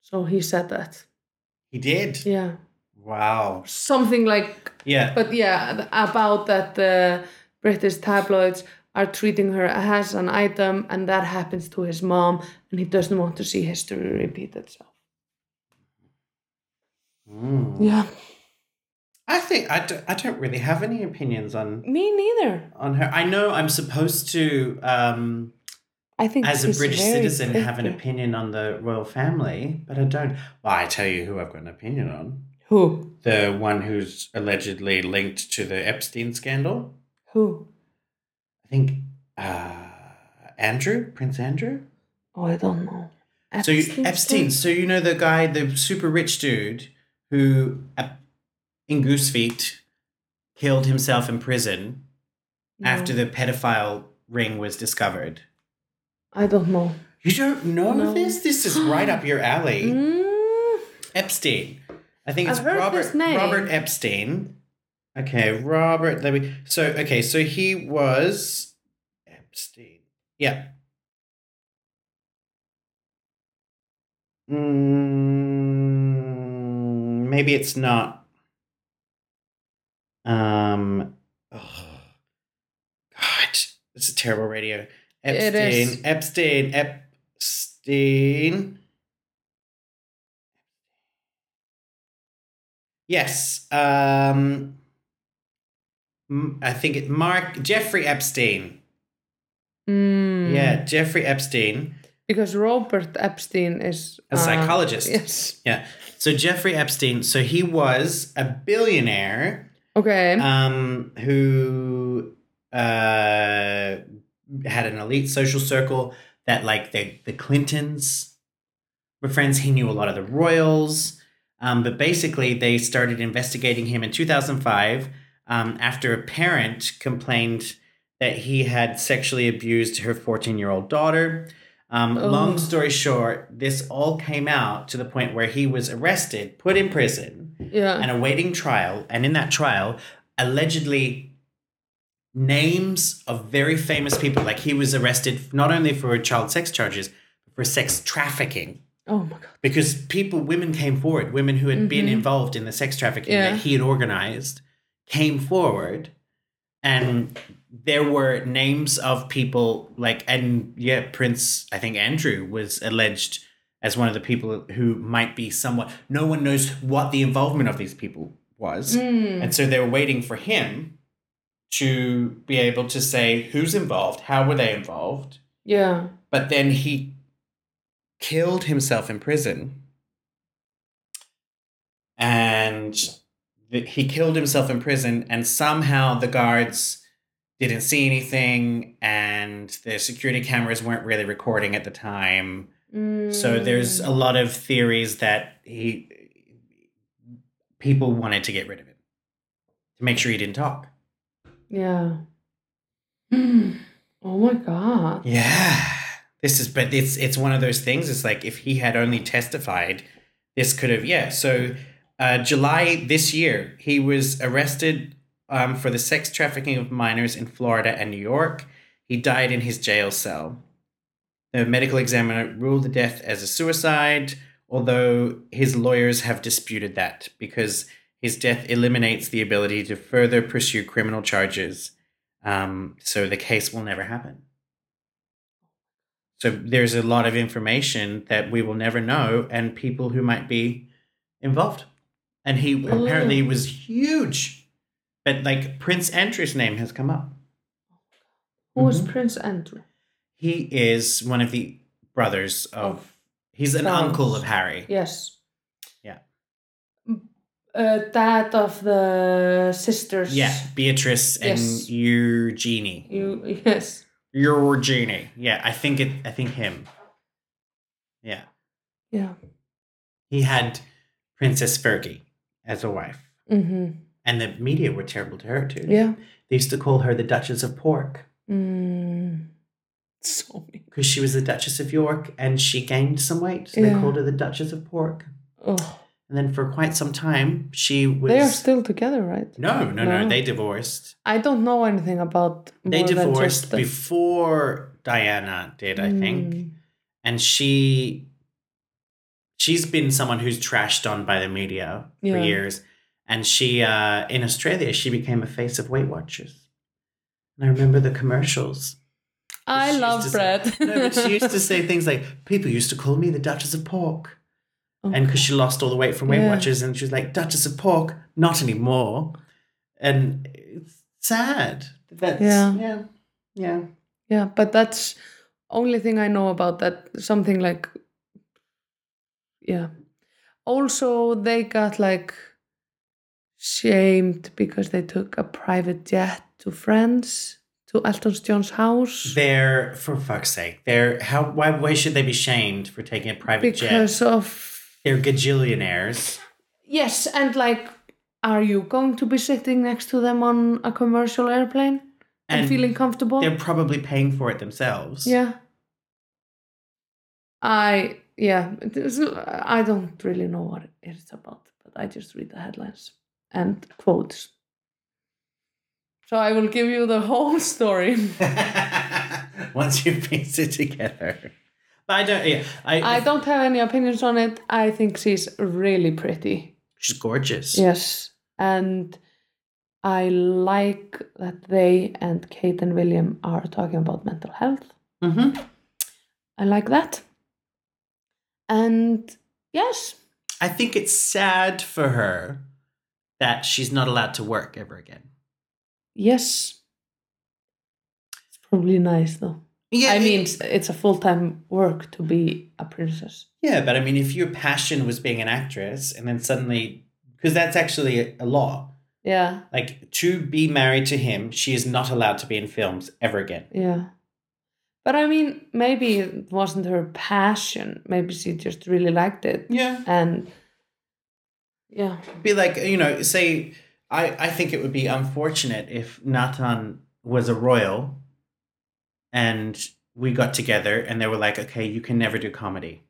Speaker 2: So he said that.
Speaker 1: he did
Speaker 2: Yeah,
Speaker 1: wow
Speaker 2: something like.
Speaker 1: yeah
Speaker 2: But yeah, th- about that the British tabloids are treating her as an item, and that happens to his mom, and he doesn't want to see history repeat itself.
Speaker 1: Mm.
Speaker 2: Yeah,
Speaker 1: I think I, do, I don't really have any opinions on
Speaker 2: me neither.
Speaker 1: on her. I know I'm supposed to, um,
Speaker 2: I think
Speaker 1: as a
Speaker 2: she's
Speaker 1: British
Speaker 2: very
Speaker 1: citizen, have an
Speaker 2: picky.
Speaker 1: opinion on the royal family, but I don't. Well, I tell you who I've got an opinion on:
Speaker 2: Who?
Speaker 1: the one who's allegedly linked to the Epstein scandal.
Speaker 2: Who?
Speaker 1: I think uh, Andrew, Prince Andrew.
Speaker 2: Oh, I don't know.
Speaker 1: so you,
Speaker 2: Epstein's
Speaker 1: Epstein. So you know the guy, the super rich dude who, uh, in Goosefeet, killed himself in prison.
Speaker 2: No.
Speaker 1: after the pedophile ring was discovered.
Speaker 2: I don't know.
Speaker 1: You don't know
Speaker 2: No.
Speaker 1: this? This is right up your alley.
Speaker 2: Mm.
Speaker 1: Epstein. I think
Speaker 2: I've
Speaker 1: it's
Speaker 2: heard
Speaker 1: Robert
Speaker 2: this name.
Speaker 1: Robert Epstein. Okay, Robert. Let me. So okay, so he was Epstein. Yeah. Mm, maybe it's not. Um. Oh, God, this is terrible radio.
Speaker 2: It
Speaker 1: Epstein.
Speaker 2: is.
Speaker 1: Epstein. Epstein. Yes. Um, m- I think it Mark Jeffrey Epstein.
Speaker 2: Mm.
Speaker 1: Yeah, Jeffrey Epstein,
Speaker 2: Because Robert Epstein is
Speaker 1: a
Speaker 2: uh,
Speaker 1: psychologist.
Speaker 2: Yes.
Speaker 1: Yeah. So Jeffrey Epstein, so he was a billionaire
Speaker 2: Okay.
Speaker 1: um, who uh, had an elite social circle that like the, the Clintons were friends. He knew a lot of the royals. Um, but basically, they started investigating him in 2005 um, after a parent complained that he had sexually abused her 14 year old daughter. Um,
Speaker 2: Oh.
Speaker 1: Long story short, this all came out to the point where he was arrested, put in prison,
Speaker 2: yeah.
Speaker 1: and awaiting trial. And in that trial, allegedly names of very famous people. Like he was arrested not only for child sex charges, but for sex trafficking.
Speaker 2: Oh my god.
Speaker 1: Because people, women came forward, women who had been
Speaker 2: Mhm.
Speaker 1: involved in the sex trafficking
Speaker 2: Yeah.
Speaker 1: that he had organized came forward. And there were names of people like, and yeah, Prince, I think Andrew was alleged as one of the people who might be somewhat, no one knows what the involvement of these people was.
Speaker 2: Mm.
Speaker 1: And so they were waiting for him to be able to say who's involved, how were they involved.
Speaker 2: Yeah.
Speaker 1: But then he killed himself in prison. And th- he killed himself in prison, and somehow the guards didn't see anything, and the security cameras weren't really recording at the time. So
Speaker 2: Hmm.
Speaker 1: there's a lot of theories that he people wanted to get rid of him to make sure he didn't talk.
Speaker 2: Yeah. Mm. Oh my god.
Speaker 1: Yeah. This is but it's it's one of those things. It's like if he had only testified, this could have yeah. So uh, July this year, he was arrested um, for the sex trafficking of minors in Florida and New York. He died in his jail cell. The medical examiner ruled the death as a suicide, although his lawyers have disputed that because his death eliminates the ability to further pursue criminal charges. Um, so the case will never happen. So there's a lot of information that we will never know, and people who might be involved. And he apparently was huge, but like Prince Andrew's name has come up.
Speaker 2: Who was
Speaker 1: Mhm.
Speaker 2: Prince Andrew?
Speaker 1: He is one of the brothers of.
Speaker 2: Of
Speaker 1: He's an
Speaker 2: Charles.
Speaker 1: uncle of Harry.
Speaker 2: Yes.
Speaker 1: Yeah.
Speaker 2: Uh, dad of the sisters.
Speaker 1: Yeah, Beatrice and
Speaker 2: Yes.
Speaker 1: Eugenie.
Speaker 2: You yes.
Speaker 1: Eugenie. Yeah, I think it. I think him. Yeah,
Speaker 2: Yeah.
Speaker 1: he had Princess Fergie as a wife,
Speaker 2: Mm-hmm.
Speaker 1: and the media were terrible to her too.
Speaker 2: Yeah.
Speaker 1: They used to call her the Duchess of Pork
Speaker 2: Mm. So mean.
Speaker 1: because she was the Duchess of York and she gained some weight. So
Speaker 2: Yeah.
Speaker 1: They called her the Duchess of Pork.
Speaker 2: Oh.
Speaker 1: And then for quite some time, she was.
Speaker 2: They are still together, right?
Speaker 1: no, no, no,
Speaker 2: No.
Speaker 1: They divorced.
Speaker 2: I don't know anything about.
Speaker 1: They
Speaker 2: more than
Speaker 1: divorced
Speaker 2: just the-
Speaker 1: before Diana did, I think.
Speaker 2: Mm.
Speaker 1: And she. She's been someone who's trashed on by the media for
Speaker 2: Yeah.
Speaker 1: years. And she, uh, in Australia, she became a face of Weight Watchers. And I remember the commercials.
Speaker 2: I
Speaker 1: She used
Speaker 2: love
Speaker 1: to say-
Speaker 2: bread.
Speaker 1: no, but she used to say things like, people used to call me the Duchess of Pork.
Speaker 2: Oh,
Speaker 1: And because she lost all the weight from Weight
Speaker 2: Yeah.
Speaker 1: Watchers, and she was like, Duchess of Pork, not anymore. And it's sad. That's,
Speaker 2: Yeah.
Speaker 1: Yeah. Yeah.
Speaker 2: Yeah, but that's only thing I know about that. Something like, yeah. Also, they got like shamed because they took a private jet to France to Elton John's house
Speaker 1: They're, for fuck's sake, they're, how, why, why should they be shamed for taking a private jet?
Speaker 2: because of
Speaker 1: They're gajillionaires.
Speaker 2: yes, and like, are you going to be sitting next to them on a commercial airplane and,
Speaker 1: And
Speaker 2: feeling comfortable?
Speaker 1: They're probably paying for it themselves.
Speaker 2: Yeah. I yeah, it is- I don't really know what it's about, but I just read the headlines and quotes. So I will give you the whole story.
Speaker 1: Once you piece it together. But I don't, yeah. I,
Speaker 2: I don't have any opinions on it. I think she's really pretty.
Speaker 1: She's gorgeous.
Speaker 2: Yes. And I like that they and Kate and William are talking about mental health.
Speaker 1: Mm-hmm.
Speaker 2: I like that. And yes,
Speaker 1: I think it's sad for her that she's not allowed to work ever again.
Speaker 2: yes. It's probably nice though.
Speaker 1: Yeah.
Speaker 2: I
Speaker 1: it-
Speaker 2: mean, it's- it's a full time work to be a princess.
Speaker 1: Yeah, but I mean, if your passion was being an actress and then suddenly, because that's actually a, a law,
Speaker 2: Yeah,
Speaker 1: like to be married to him, she is not allowed to be in films ever again.
Speaker 2: yeah. But I mean, maybe it wasn't her passion. Maybe she just really liked it.
Speaker 1: Yeah.
Speaker 2: And yeah,
Speaker 1: Be like, you know, say, I, I think it would be unfortunate if Nathan was a royal and we got together and they were like, okay, you can never do comedy.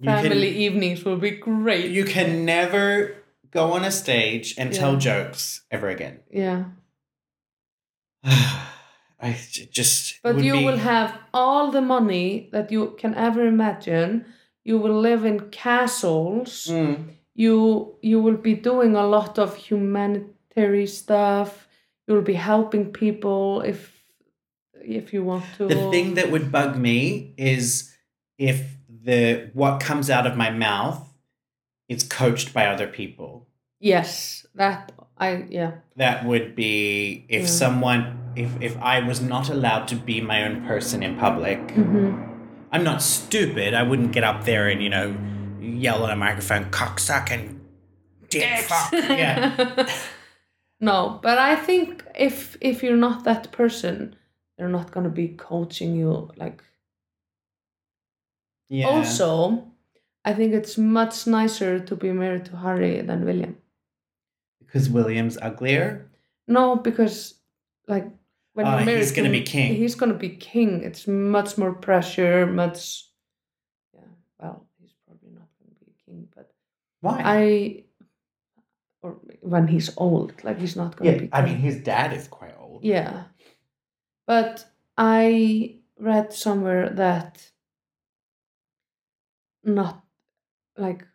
Speaker 1: You can-
Speaker 2: family evenings will be great.
Speaker 1: you can never go on a stage and tell
Speaker 2: Yeah.
Speaker 1: jokes ever again.
Speaker 2: yeah.
Speaker 1: I j- just.
Speaker 2: But
Speaker 1: would
Speaker 2: you
Speaker 1: be-
Speaker 2: will have all the money that you can ever imagine. You will live in castles.
Speaker 1: Mm,
Speaker 2: You you will be doing a lot of humanitarian stuff. You will be helping people if if you want to.
Speaker 1: The thing that would bug me is if the what comes out of my mouth is coached by other people.
Speaker 2: yes, that I yeah
Speaker 1: That would be if
Speaker 2: Yeah.
Speaker 1: someone if if I was not allowed to be my own person in public.
Speaker 2: Mhm.
Speaker 1: I'm not stupid. I wouldn't get up there and you know yell at a microphone, cocksuck and dick fuck. Yeah.
Speaker 2: no, but I think if if you're not that person, they're not gonna be coaching you like
Speaker 1: Yeah.
Speaker 2: Also, I think it's much nicer to be married to Harry than William.
Speaker 1: because William's uglier.
Speaker 2: No, because like when
Speaker 1: Ah,
Speaker 2: you're married,
Speaker 1: he's gonna
Speaker 2: to-
Speaker 1: be king.
Speaker 2: He's gonna be king. It's much more pressure. Much, yeah. Well, he's probably not gonna be king, but
Speaker 1: Why?
Speaker 2: I, or when he's old, like he's not gonna
Speaker 1: yeah,
Speaker 2: be.
Speaker 1: I
Speaker 2: king.
Speaker 1: mean his dad is quite old.
Speaker 2: Yeah. But I read somewhere that not like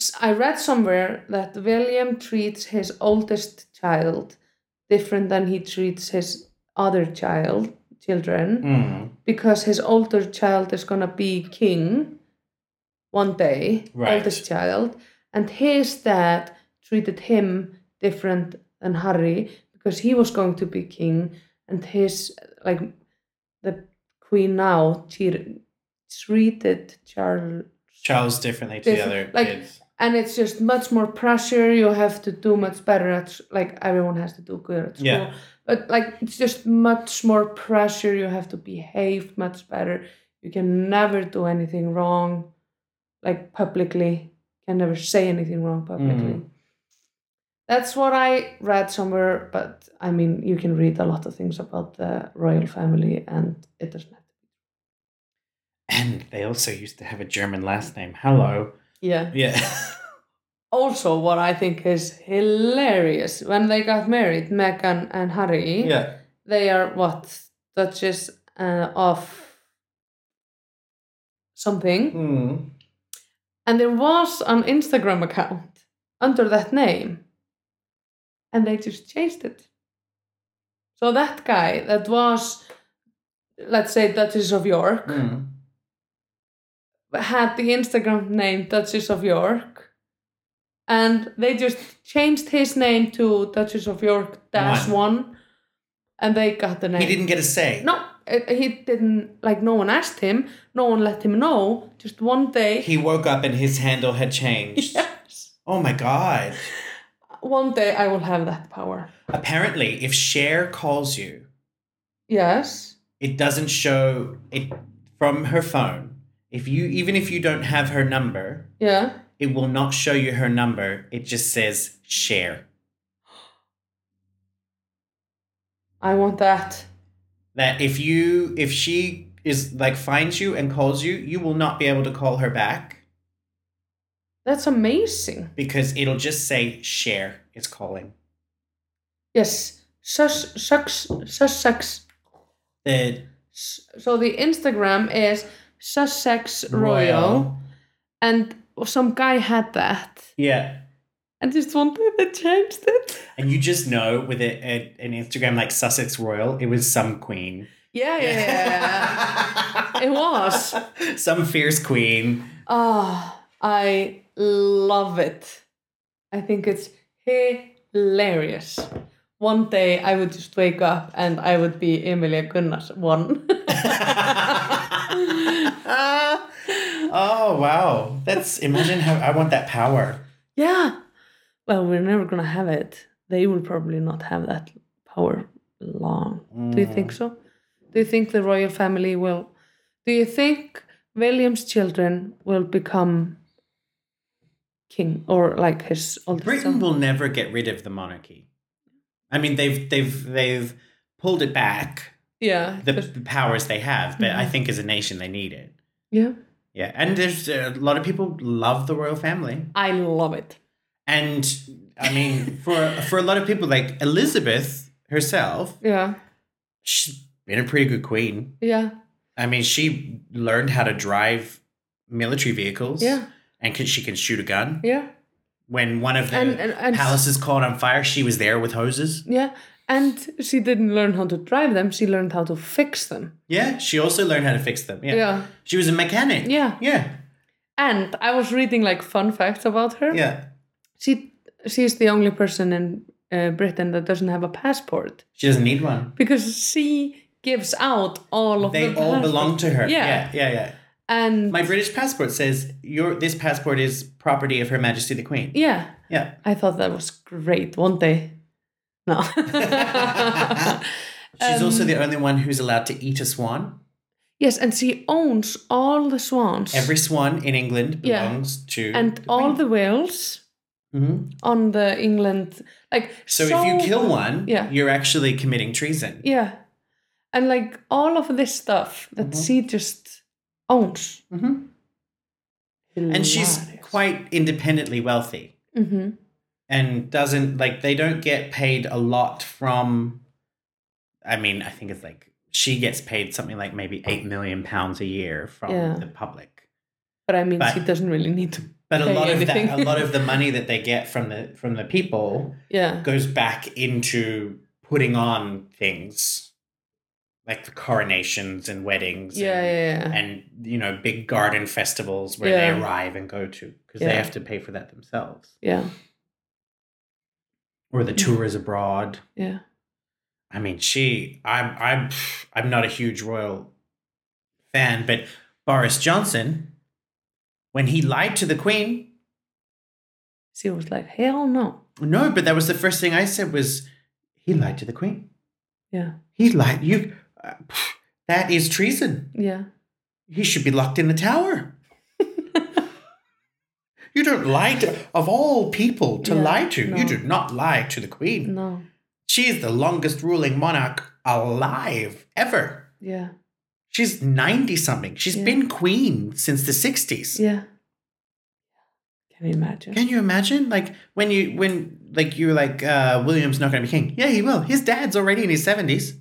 Speaker 2: s- I read somewhere that William treats his oldest child different than he treats his other child children
Speaker 1: Mm.
Speaker 2: because his older child is gonna be king one day,
Speaker 1: Right.
Speaker 2: oldest child, and his dad treated him different than Harry because he was going to be king, and his like the queen now cheated, treated Charles,
Speaker 1: Charles differently to the
Speaker 2: Different-
Speaker 1: other
Speaker 2: like-
Speaker 1: kids.
Speaker 2: and it's just much more pressure. You have to do much better at s- like everyone has to do good at school,
Speaker 1: Yeah.
Speaker 2: but like it's just much more pressure you have to behave much better you can never do anything wrong like publicly can never say anything wrong publicly that's what i read somewhere but i mean you can read a lot of things about the royal family and it doesn't have to
Speaker 1: And they also used to have a German last name. Hello.
Speaker 2: yeah
Speaker 1: Yeah.
Speaker 2: also what i think is hilarious when they got married meghan and harry
Speaker 1: yeah.
Speaker 2: they are what duchess uh, of something
Speaker 1: Mm.
Speaker 2: and there was an instagram account under that name and they just changed it so that guy that was let's say duchess of york
Speaker 1: Mm.
Speaker 2: had the instagram name duchess of york and they just changed his name to duchess of york dash one and they got the name
Speaker 1: He didn't get a say.
Speaker 2: no, uh, he didn't. Like no one asked him. No one let him know. Just one day.
Speaker 1: He woke up and his handle had changed.
Speaker 2: Yes.
Speaker 1: Oh my god.
Speaker 2: One day I will have that power.
Speaker 1: Apparently, if Cher calls you,
Speaker 2: Yes.
Speaker 1: it doesn't show it from her phone. If you even if you don't have her number,
Speaker 2: Yeah.
Speaker 1: it will not show you her number. It just says share.
Speaker 2: I want that.
Speaker 1: That if you if she is like finds you and calls you, you will not be able to call her back
Speaker 2: That's amazing.
Speaker 1: because it'll just say share is calling.
Speaker 2: Yes. Sus, sucks, Sussex.
Speaker 1: The
Speaker 2: So the Instagram is Sussex Royal, and some guy had that.
Speaker 1: Yeah.
Speaker 2: And just one day they changed it.
Speaker 1: And you just know with it a, an Instagram like Sussex Royal, it was some queen.
Speaker 2: Yeah, yeah, yeah. it was.
Speaker 1: Some fierce queen.
Speaker 2: Ah, I love it. I think it's hilarious. One day I would just wake up and I would be Emilia Gunnars one.
Speaker 1: oh wow. That's imagine how I want that power.
Speaker 2: yeah. Well, we're never gonna have it. They will probably not have that power long. Do you
Speaker 1: Mm.
Speaker 2: think so? Do you think the royal family will? Do you think William's children will become king or like his oldest
Speaker 1: Britain
Speaker 2: son?
Speaker 1: will never get rid of the monarchy. I mean they've they've they've pulled it back
Speaker 2: Yeah.
Speaker 1: the
Speaker 2: just-
Speaker 1: the powers they have, but
Speaker 2: Mm-hmm.
Speaker 1: I think as a nation they need it.
Speaker 2: yeah.
Speaker 1: Yeah, and there's uh, a lot of people love the royal family.
Speaker 2: I love it.
Speaker 1: And I mean, for for a lot of people, like Elizabeth herself,
Speaker 2: Yeah.
Speaker 1: she's been a pretty good queen.
Speaker 2: Yeah.
Speaker 1: I mean, she learned how to drive military vehicles.
Speaker 2: Yeah.
Speaker 1: And can, she can shoot a gun.
Speaker 2: Yeah.
Speaker 1: When one of the
Speaker 2: And- and- and-
Speaker 1: palaces caught on fire, she was there with hoses.
Speaker 2: Yeah. And she didn't learn how to drive them, she learned how to fix them.
Speaker 1: Yeah. She also learned how to fix them. Yeah.
Speaker 2: Yeah.
Speaker 1: She was a mechanic.
Speaker 2: Yeah.
Speaker 1: Yeah.
Speaker 2: And I was reading like fun facts about her.
Speaker 1: Yeah.
Speaker 2: She she's the only person in uh, Britain that doesn't have a passport
Speaker 1: She doesn't need one.
Speaker 2: because she gives out all of
Speaker 1: They
Speaker 2: the
Speaker 1: all
Speaker 2: passport.
Speaker 1: belong to her.
Speaker 2: Yeah.
Speaker 1: Yeah. Yeah. yeah.
Speaker 2: and
Speaker 1: My British passport says your this passport is property of Her Majesty the Queen.
Speaker 2: yeah,
Speaker 1: Yeah.
Speaker 2: I thought that was great. One day, no.
Speaker 1: She's also
Speaker 2: Um,
Speaker 1: the only one who's allowed to eat a swan.
Speaker 2: yes, and she owns all the swans
Speaker 1: Every swan in England
Speaker 2: Yeah.
Speaker 1: belongs to.
Speaker 2: and all the whales
Speaker 1: Mhm.
Speaker 2: on the England like
Speaker 1: So, if you kill one,
Speaker 2: Yeah.
Speaker 1: you're actually committing treason.
Speaker 2: Yeah. And like all of this stuff that
Speaker 1: Mhm.
Speaker 2: she just owns.
Speaker 1: Mhm. And she's quite independently wealthy
Speaker 2: hmm
Speaker 1: and doesn't, like, they don't get paid a lot from. I mean, I think it's like she gets paid something like maybe 8 million pounds a year from
Speaker 2: Yeah.
Speaker 1: the public.
Speaker 2: But I mean,
Speaker 1: But-
Speaker 2: she doesn't really need to.
Speaker 1: But a
Speaker 2: Pay
Speaker 1: lot of that,
Speaker 2: anything.
Speaker 1: a lot of the money that they get from the from the people
Speaker 2: Yeah.
Speaker 1: goes back into putting on things like the coronations and weddings
Speaker 2: Yeah,
Speaker 1: and,
Speaker 2: yeah, yeah.
Speaker 1: and you know big garden festivals where they
Speaker 2: Yeah.
Speaker 1: arrive and go to because
Speaker 2: Yeah.
Speaker 1: they have to pay for that themselves
Speaker 2: Yeah.
Speaker 1: or
Speaker 2: Mm.
Speaker 1: the tours abroad
Speaker 2: Yeah.
Speaker 1: i mean she i'm i'm i'm not a huge royal fan but boris johnson when he lied to the queen
Speaker 2: She was like, hell no.
Speaker 1: no but that was the first thing i said was he lied to the queen
Speaker 2: Yeah.
Speaker 1: He lied. You. Uh, pff, that is treason.
Speaker 2: Yeah.
Speaker 1: He should be locked in the tower. you don't lie to, of all people to
Speaker 2: Yeah,
Speaker 1: lie to.
Speaker 2: no.
Speaker 1: You do not lie to the queen.
Speaker 2: No.
Speaker 1: She is the longest ruling monarch alive ever.
Speaker 2: Yeah.
Speaker 1: She's 90 something. She's
Speaker 2: Yeah.
Speaker 1: been queen since the 60s.
Speaker 2: Yeah. Can you imagine?
Speaker 1: Can you imagine? Like when you when like you're like uh William's not going to be king. Yeah, he will. His dad's already in his 70s.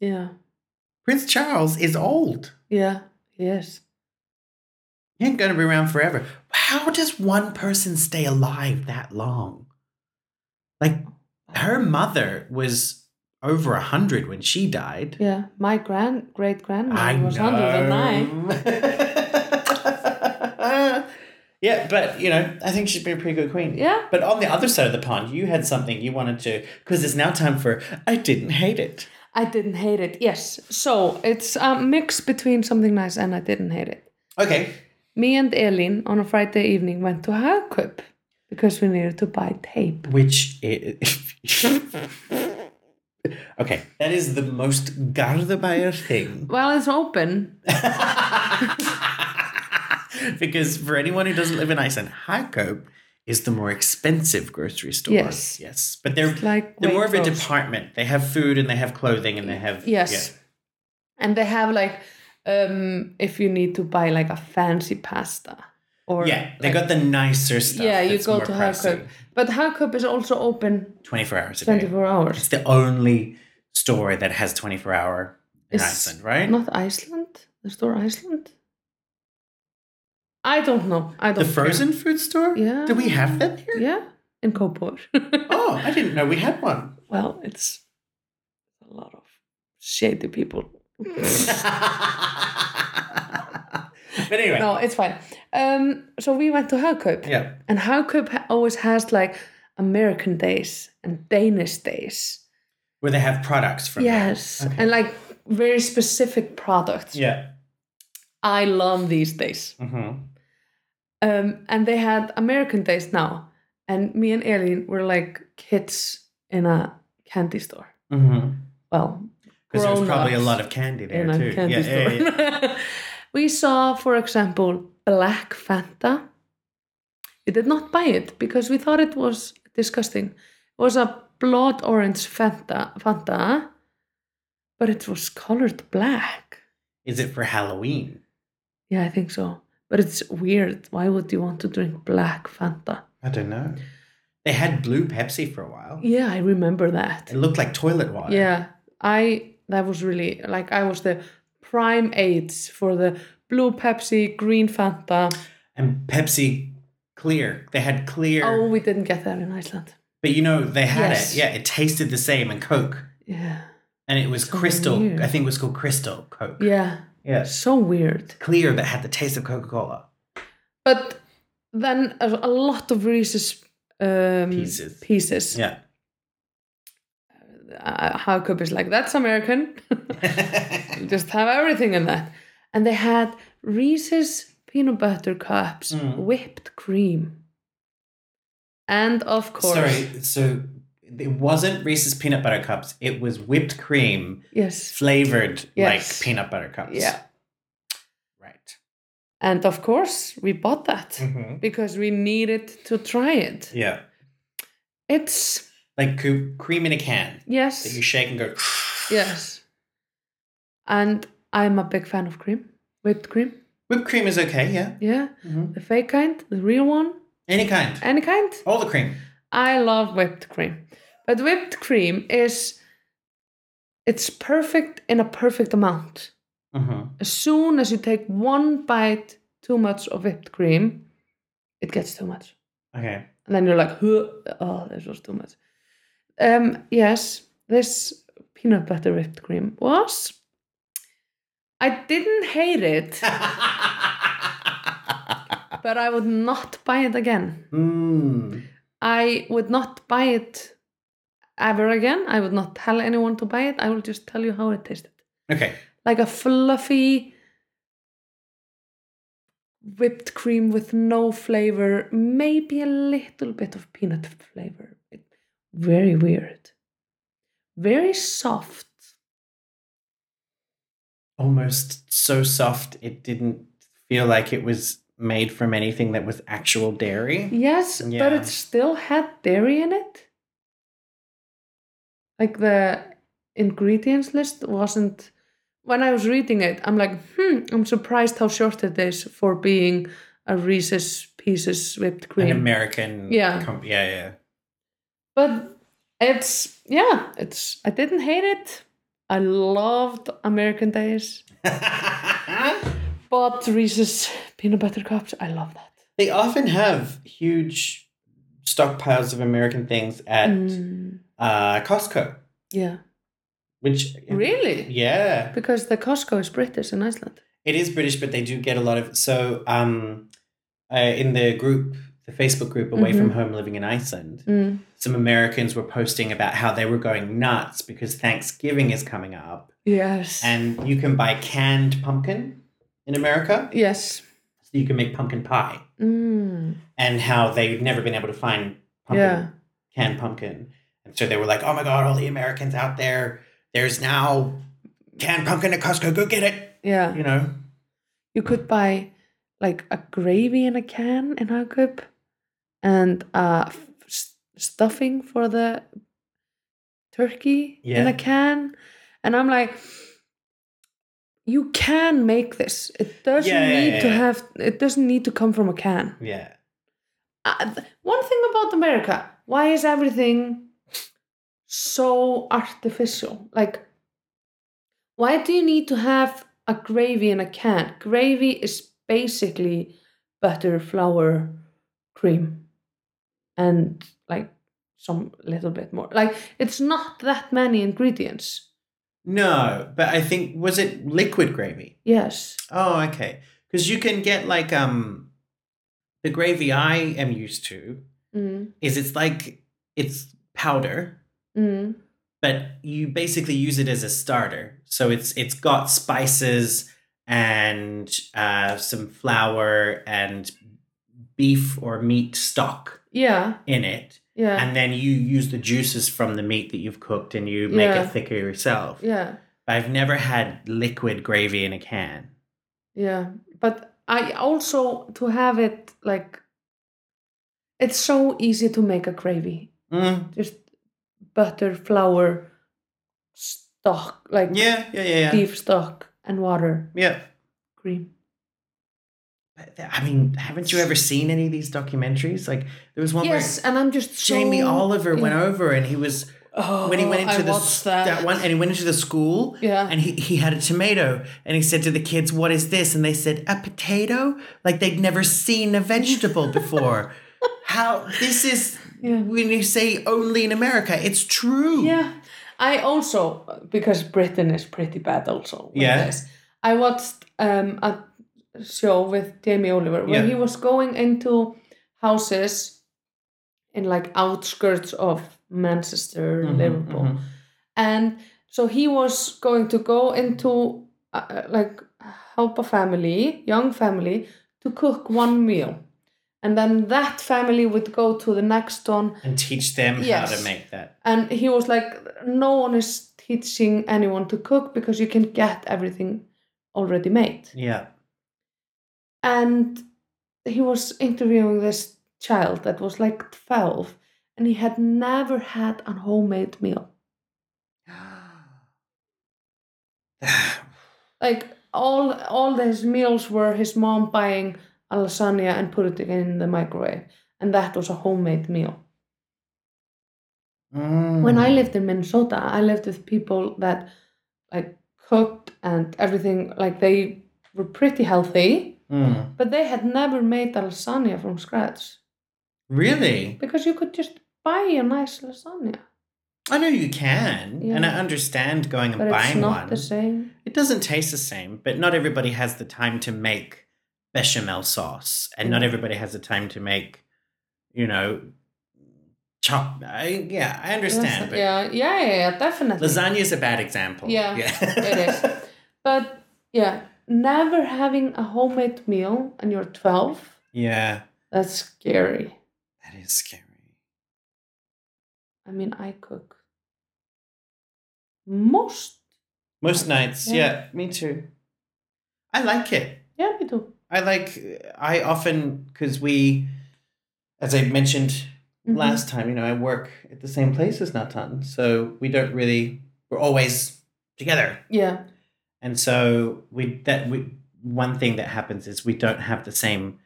Speaker 2: yeah.
Speaker 1: Prince Charles is old.
Speaker 2: Yeah. Yes.
Speaker 1: He ain't gonna be around forever. How does one person stay alive that long? Like her mother was over a hundred when she died.
Speaker 2: Yeah. My grand great
Speaker 1: I
Speaker 2: grandmother was 109.
Speaker 1: know. yeah, but you know, I think she's been a pretty good queen.
Speaker 2: Yeah.
Speaker 1: But on the other side of the pond, you had something you wanted to because it's now time for I didn't hate it.
Speaker 2: I didn't hate it. Yes. So it's a mix between something nice and I didn't hate it.
Speaker 1: Okay.
Speaker 2: Me and Elin on a Friday evening went to Hagkaup because we needed to buy tape.
Speaker 1: Which i Okay, that is the most Gardabayer thing.
Speaker 2: Well, it's open.
Speaker 1: because for anyone who doesn't live in Iceland, Hagkaup is the more expensive grocery store.
Speaker 2: Yes.
Speaker 1: Yes. But they're
Speaker 2: like
Speaker 1: they're more of a
Speaker 2: Waitrose.
Speaker 1: department. They have food and they have clothing and they have
Speaker 2: Yes. And they have like um, if you need to buy like a fancy pasta. Or
Speaker 1: yeah, they
Speaker 2: like-
Speaker 1: got the nicer stuff.
Speaker 2: yeah, you
Speaker 1: that's
Speaker 2: go
Speaker 1: more
Speaker 2: to
Speaker 1: pricey.
Speaker 2: Hagkaup. But Hagkaup is also open
Speaker 1: 24 hours a day.
Speaker 2: 24 hours.
Speaker 1: It's the only store that has 24 hour in
Speaker 2: Is
Speaker 1: Iceland, right?
Speaker 2: Not Iceland? The store Iceland? I don't know. I don't
Speaker 1: the
Speaker 2: care.
Speaker 1: frozen food store?
Speaker 2: Yeah.
Speaker 1: Do we have that here?
Speaker 2: Yeah, in Kópavogur.
Speaker 1: Oh, I didn't know we had one.
Speaker 2: Well, it's a lot of shady people.
Speaker 1: but anyway.
Speaker 2: No, it's fine. Um, so we went to Hagkaup.
Speaker 1: Yeah.
Speaker 2: And Hagkaup ha- always has like American days and Danish days.
Speaker 1: Where they have products from.
Speaker 2: Yes.
Speaker 1: Okay.
Speaker 2: And like very specific products.
Speaker 1: Yeah.
Speaker 2: I love these days.
Speaker 1: Mhm.
Speaker 2: Um, and they had American days now. And me and Eileen were like kids in a candy store.
Speaker 1: Mhm.
Speaker 2: Well,
Speaker 1: Because there was probably a
Speaker 2: grown-ups
Speaker 1: lot of candy there
Speaker 2: in a
Speaker 1: too.
Speaker 2: candy
Speaker 1: yeah,
Speaker 2: store.
Speaker 1: yeah, yeah.
Speaker 2: we saw, for example, black Fanta. We did not buy it because we thought it was disgusting. It was a blood orange Fanta, Fanta but it was colored black.
Speaker 1: Is it for Halloween?
Speaker 2: Yeah, I think so. But it's weird. Why would you want to drink black Fanta?
Speaker 1: I don't know. They had blue Pepsi for a while.
Speaker 2: Yeah, I remember that.
Speaker 1: It looked like toilet water.
Speaker 2: Yeah, I that was really like I was the prime age for the blue Pepsi, green Fanta.
Speaker 1: And Pepsi clear. They had clear.
Speaker 2: Oh, we didn't get that in Iceland.
Speaker 1: But you know, they had
Speaker 2: Yes.
Speaker 1: it. Yeah, it tasted the same and Coke.
Speaker 2: Yeah.
Speaker 1: And it was
Speaker 2: So
Speaker 1: crystal.
Speaker 2: weird.
Speaker 1: I think it was called crystal Coke.
Speaker 2: Yeah.
Speaker 1: Yes.
Speaker 2: So weird.
Speaker 1: Clear but had the taste of Coca Cola.
Speaker 2: But then a, a lot of Reese's um,
Speaker 1: Pieces.
Speaker 2: Pieces.
Speaker 1: Yeah.
Speaker 2: Uh, Hagkaup is like that's American.
Speaker 1: Mm.
Speaker 2: Just have everything in that. And they had Reese's peanut butter cups,
Speaker 1: Mm.
Speaker 2: whipped cream, and of course,
Speaker 1: Sorry. So it wasn't Reese's peanut butter cups. It was whipped cream
Speaker 2: yes,
Speaker 1: flavored
Speaker 2: Yes.
Speaker 1: like peanut butter cups.
Speaker 2: yeah,
Speaker 1: Right.
Speaker 2: and of course we bought that
Speaker 1: Mm-hmm.
Speaker 2: because we needed to try it.
Speaker 1: Yeah.
Speaker 2: It's
Speaker 1: Like coo- cream in a can
Speaker 2: yes,
Speaker 1: that you shake and go.
Speaker 2: Yes. And I'm a big fan of cream, whipped cream.
Speaker 1: Whipped cream is okay. Yeah.
Speaker 2: Yeah.
Speaker 1: Mhm.
Speaker 2: The fake kind, the real one,
Speaker 1: Any kind.
Speaker 2: any kind.
Speaker 1: All the cream.
Speaker 2: I love whipped cream. But whipped cream is it's perfect in a perfect amount.
Speaker 1: Mm-hmm.
Speaker 2: As soon as you take one bite too much of whipped cream, it gets too much.
Speaker 1: Okay.
Speaker 2: And then you're like, "Huh, oh, this was too much. Um, yes, this peanut butter whipped cream was. I didn't hate it, but I would not buy it again.
Speaker 1: Mm.
Speaker 2: I would not buy it ever again. I would not tell anyone to buy it. I will just tell you how it tasted.
Speaker 1: Okay.
Speaker 2: Like a fluffy whipped cream with no flavor, maybe a little bit of peanut flavor. It- very weird. Very soft.
Speaker 1: Almost so soft it didn't feel like it was made from anything that was actual dairy.
Speaker 2: Yes, but
Speaker 1: Yeah.
Speaker 2: it still had dairy in it. Like the ingredients list wasn't. When I was reading it, I'm like, hmm, I'm surprised how short it is for being a Reese's Pieces whipped cream.
Speaker 1: An American.
Speaker 2: Yeah.
Speaker 1: com- yeah. Yeah.
Speaker 2: but it's, yeah, it's. I didn't hate it. I loved American Days, but Reese's peanut butter cups, I love that.
Speaker 1: they often have huge stockpiles of American things at
Speaker 2: Mm,
Speaker 1: uh, Costco,
Speaker 2: yeah,
Speaker 1: which
Speaker 2: really?
Speaker 1: yeah,
Speaker 2: Because the Costco is British in Iceland.
Speaker 1: it is British, but they do get a lot of so um, uh, in the group, the Facebook group away
Speaker 2: Mm-hmm.
Speaker 1: from home living in Iceland,
Speaker 2: Mm.
Speaker 1: some Americans were posting about how they were going nuts because Thanksgiving is coming up,
Speaker 2: Yes.
Speaker 1: and you can buy canned pumpkin in America,
Speaker 2: yes.
Speaker 1: so you can make pumpkin pie,
Speaker 2: Mm.
Speaker 1: and how they've never been able to find pumpkin
Speaker 2: Yeah.
Speaker 1: canned pumpkin. And so they were like, oh my God, all the Americans out there, there's now canned pumpkin at Costco, go get it.
Speaker 2: Yeah.
Speaker 1: You know?
Speaker 2: You could buy like a gravy in a can in Hagkaup and uh, f- s- stuffing for the turkey in
Speaker 1: Yeah.
Speaker 2: a can. And I'm like, you can make this. It doesn't
Speaker 1: Yeah, yeah,
Speaker 2: need
Speaker 1: yeah,
Speaker 2: to
Speaker 1: yeah.
Speaker 2: have. It doesn't need to come from a can.
Speaker 1: Yeah.
Speaker 2: Uh, th- one thing about America: why is everything so artificial? Like, why do you need to have a gravy in a can? Gravy is basically butter, flour, cream, and like some little bit more. Like, it's not that many ingredients.
Speaker 1: No, but I think was it liquid gravy?
Speaker 2: Yes.
Speaker 1: Oh, okay. Because you can get like um, the gravy I am used to
Speaker 2: Mm.
Speaker 1: is it's like it's powder,
Speaker 2: Mm.
Speaker 1: but you basically use it as a starter. So it's it's got spices and uh, some flour and beef or meat stock
Speaker 2: Yeah.
Speaker 1: in it,
Speaker 2: Yeah.
Speaker 1: and then you use the juices from the meat that you've cooked and you make
Speaker 2: Yeah.
Speaker 1: it thicker yourself.
Speaker 2: yeah.
Speaker 1: I've never had liquid gravy in a can.
Speaker 2: Yeah, but I also to have it like it's so easy to make a gravy.
Speaker 1: Mm,
Speaker 2: Just butter, flour, stock, like
Speaker 1: yeah, yeah, yeah, yeah.
Speaker 2: beef stock and water,
Speaker 1: yeah.
Speaker 2: cream.
Speaker 1: But th- I mean, haven't you ever seen any of these documentaries? Like there was one
Speaker 2: Yes, and I'm just
Speaker 1: where Jamie
Speaker 2: so-
Speaker 1: Oliver went
Speaker 2: yeah.
Speaker 1: over and he was
Speaker 2: Oh,
Speaker 1: when he went
Speaker 2: I
Speaker 1: into the s-
Speaker 2: watched that.
Speaker 1: one and he went into the school
Speaker 2: Yeah.
Speaker 1: and he, he had a tomato and he said to the kids what is this and they said a potato like they'd never seen a vegetable before how this is
Speaker 2: Yeah.
Speaker 1: when you say only in america it's true
Speaker 2: Yeah. I also because Britain is pretty bad also. with
Speaker 1: Yeah.
Speaker 2: this, I watched um a show with Jamie Oliver where
Speaker 1: Yeah.
Speaker 2: he was going into houses in like outskirts of Manchester,
Speaker 1: Mhm,
Speaker 2: Liverpool.
Speaker 1: mhm.
Speaker 2: And so he was going to go into uh, like help a family, young family to cook one meal. And then that family would go to the next one
Speaker 1: and teach them how
Speaker 2: Yes.
Speaker 1: to make that
Speaker 2: and he was like no one is teaching anyone to cook because you can get everything already made
Speaker 1: yeah
Speaker 2: and he was interviewing this child that was like 12 and he had never had a homemade meal like all all his meals were his mom buying a lasagna and put it in the microwave and that was a homemade meal
Speaker 1: Mm.
Speaker 2: when I lived in Minnesota, I lived with people that like cooked and everything. Like they were pretty healthy,
Speaker 1: Mm.
Speaker 2: but they had never made a lasagna from scratch
Speaker 1: really
Speaker 2: because you could just buy a nice lasagna,
Speaker 1: i know you can and i
Speaker 2: Yeah.
Speaker 1: understand going and
Speaker 2: but
Speaker 1: buying
Speaker 2: it's not
Speaker 1: one
Speaker 2: the same.
Speaker 1: It doesn't taste the same, but not everybody has the time to make bechamel sauce, and not
Speaker 2: Mm.
Speaker 1: everybody has the time to make, you know, chop. I, yeah, I understand, but
Speaker 2: yeah, yeah, yeah, yeah, definitely.
Speaker 1: lasagna is a bad example.
Speaker 2: Yeah, it is. But yeah, never having a homemade meal and you're twelve.
Speaker 1: yeah,
Speaker 2: That's scary.
Speaker 1: that is scary.
Speaker 2: I mean, I cook most.
Speaker 1: Most nights,
Speaker 2: Yeah.
Speaker 1: yeah. me too. I like it.
Speaker 2: Yeah, we do.
Speaker 1: I like. I often because we, as I mentioned
Speaker 2: Mhm.
Speaker 1: last time, you know, I work at the same place as Natan, so we don't really. We're always together.
Speaker 2: Yeah.
Speaker 1: and so we that we one thing that happens is we don't have the same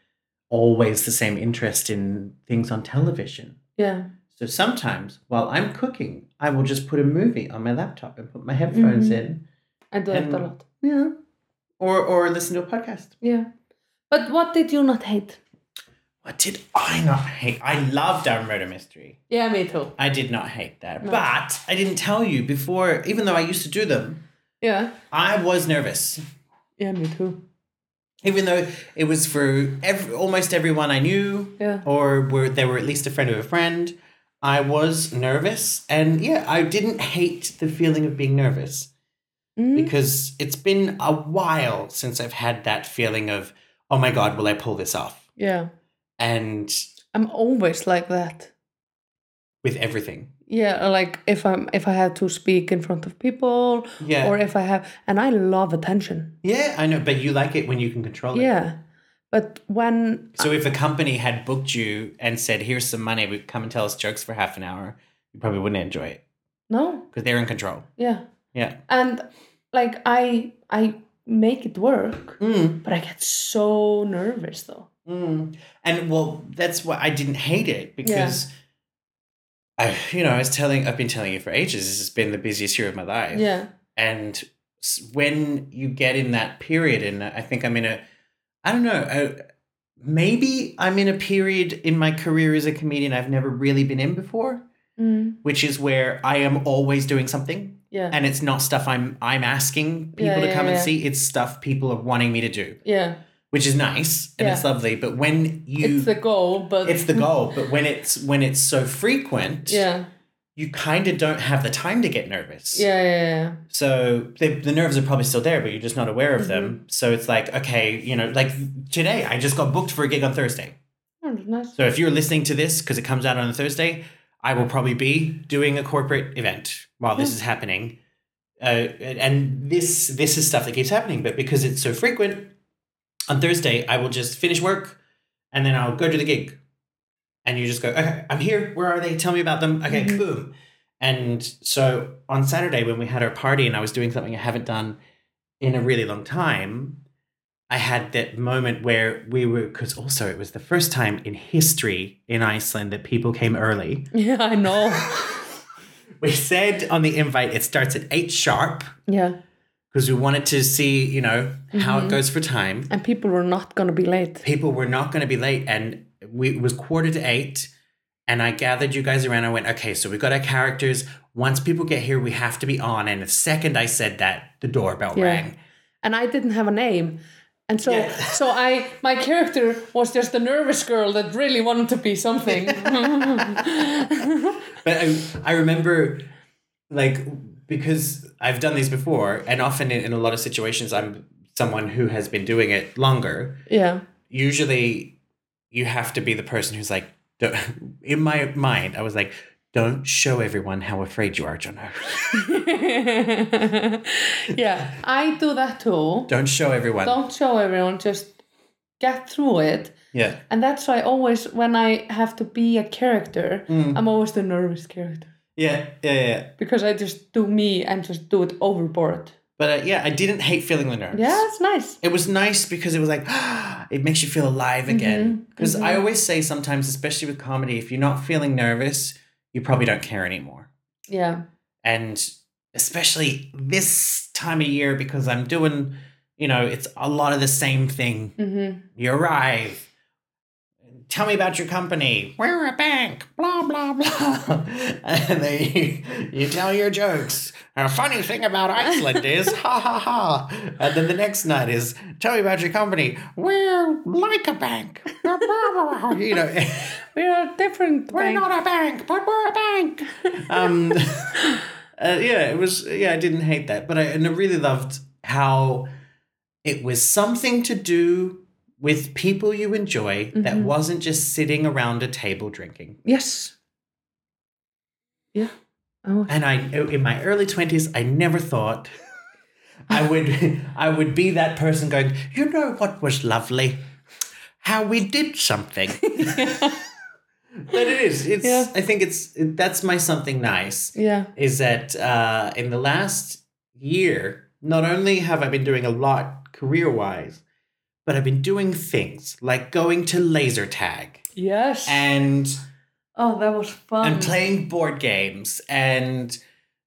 Speaker 1: always the same interest in things on television
Speaker 2: Yeah.
Speaker 1: so sometimes while i'm cooking i will just put a movie on my laptop and put my headphones
Speaker 2: Mhm.
Speaker 1: in
Speaker 2: I do that a
Speaker 1: And-
Speaker 2: lot.
Speaker 1: yeah or or listen to a podcast
Speaker 2: Yeah. But what did you not hate?
Speaker 1: what did i not hate i loved our murder mystery
Speaker 2: Yeah, me too.
Speaker 1: i did not hate that
Speaker 2: No.
Speaker 1: but i didn't tell you before even though i used to do them
Speaker 2: Yeah.
Speaker 1: i was nervous
Speaker 2: Yeah, me too.
Speaker 1: even though it was for every, almost everyone i knew
Speaker 2: Yeah.
Speaker 1: or were they were at least a friend of a friend. I was nervous, and yeah, I didn't hate the feeling of being nervous
Speaker 2: Mm.
Speaker 1: because it's been a while since I've had that feeling of, oh my god, will I pull this off?
Speaker 2: Yeah.
Speaker 1: And
Speaker 2: I'm always like that.
Speaker 1: with everything,
Speaker 2: Yeah, like if I'm if I have to speak in front of people
Speaker 1: yeah,
Speaker 2: or if I have and I love attention.
Speaker 1: yeah, I know, but you like it when you can control it.
Speaker 2: Yeah. But when
Speaker 1: So if a company had booked you and said, "Here's some money, but come and tell us jokes for half an hour," you probably wouldn't enjoy it
Speaker 2: no,
Speaker 1: because they're in control.
Speaker 2: yeah.
Speaker 1: Yeah,
Speaker 2: And like I I make it work.
Speaker 1: Mm,
Speaker 2: But I get so nervous though.
Speaker 1: mm. And well, that's why I didn't hate it because I, you know, I was telling, I've been telling you for ages, this has been the busiest year of my life.
Speaker 2: Yeah.
Speaker 1: and s- when you get in that period and i think i'm in a i don't know uh maybe i'm in a period in my career as a comedian i've never really been in before
Speaker 2: Mm.
Speaker 1: which is where i am always doing something
Speaker 2: Yeah.
Speaker 1: and it's not stuff i'm i'm asking people
Speaker 2: Yeah,
Speaker 1: to
Speaker 2: yeah,
Speaker 1: come and
Speaker 2: yeah.
Speaker 1: see it's stuff people are wanting me to do
Speaker 2: yeah.
Speaker 1: which is nice and it's
Speaker 2: Yeah.
Speaker 1: lovely but when you
Speaker 2: it's the goal, but
Speaker 1: it's the goal but when it's when it's so frequent
Speaker 2: Yeah.
Speaker 1: you kind of don't have the time to get nervous
Speaker 2: Yeah. Yeah. yeah.
Speaker 1: so the, the nerves are probably still there, but you're just not aware of
Speaker 2: Mm-hmm.
Speaker 1: them. So it's like, okay, you know, like today, I just got booked for a gig on Thursday.
Speaker 2: Oh, nice.
Speaker 1: So if you're listening to this, because it comes out on a Thursday, I will probably be doing a corporate event while this is happening. Uh, and this this is stuff that keeps happening, but because it's so frequent, on Thursday I will just finish work, and then I'll go to the gig, and you just go, okay, I'm here. Where are they? Tell me about them. Okay,
Speaker 2: Mhm.
Speaker 1: boom. And so on Saturday when we had our party, and I was doing something I haven't done in a really long time, I had that moment where we were, because also it was the first time in history in Iceland that people came early.
Speaker 2: Yeah, I know.
Speaker 1: We said on the invite it starts at eight sharp
Speaker 2: yeah.
Speaker 1: because we wanted to see, you know, how it
Speaker 2: Mhm.
Speaker 1: goes for time.
Speaker 2: And people were not going to be late.
Speaker 1: People were not going to be late, and we it was quarter to eight. And I gathered you guys around. I went, okay, so we got our characters. Once people get here, we have to be on. And the second I said that, the doorbell
Speaker 2: Yeah.
Speaker 1: rang.
Speaker 2: and I didn't have a name. And so,
Speaker 1: Yeah.
Speaker 2: so I, my character was just a nervous girl that really wanted to be something.
Speaker 1: But I, I remember, like, because I've done these before, and often in, in a lot of situations, I'm someone who has been doing it longer.
Speaker 2: yeah,
Speaker 1: Usually, you have to be the person who's like, don't, in my mind, I was like, don't show everyone how afraid you are, Jono.
Speaker 2: yeah, I do that too.
Speaker 1: Don't show everyone.
Speaker 2: Don't show everyone. Just get through it.
Speaker 1: Yeah.
Speaker 2: And that's why always when I have to be a character,
Speaker 1: Mm.
Speaker 2: I'm always the nervous character
Speaker 1: Yeah. Yeah. Yeah.
Speaker 2: because I just do me and just do it overboard.
Speaker 1: But uh, yeah, I didn't hate feeling the nerves.
Speaker 2: Yeah, it's nice.
Speaker 1: it was nice because it was like it makes you feel alive again because i always say sometimes especially with comedy if you're not feeling nervous you probably don't care anymore
Speaker 2: Yeah,
Speaker 1: and especially this time of year because i'm doing you know it's a lot of the same thing
Speaker 2: mm-hmm.
Speaker 1: you arrive tell me about your company we're a bank blah blah blah and then you, you tell your jokes a funny thing about iceland is ha ha ha and then the next night is tell me about your company we're like a bank Blah, blah, blah." you know
Speaker 2: we're a different.
Speaker 1: we're
Speaker 2: bank.
Speaker 1: not a bank but we're a bank um uh, yeah it was yeah i didn't hate that but i and i really loved how it was something to do with people you enjoy that
Speaker 2: Mhm.
Speaker 1: wasn't just sitting around a table drinking
Speaker 2: Yes. Yeah. Oh,
Speaker 1: and i in my early 20s i never thought i would i would be that person going you know what was lovely how we did something but it is it's
Speaker 2: Yeah.
Speaker 1: i think it's that's my something nice
Speaker 2: yeah.
Speaker 1: is that uh, in the last year, not only have I been doing a lot career wise, but I've been doing things like going to laser tag
Speaker 2: Yes.
Speaker 1: and
Speaker 2: oh, that was fun.
Speaker 1: and playing board games and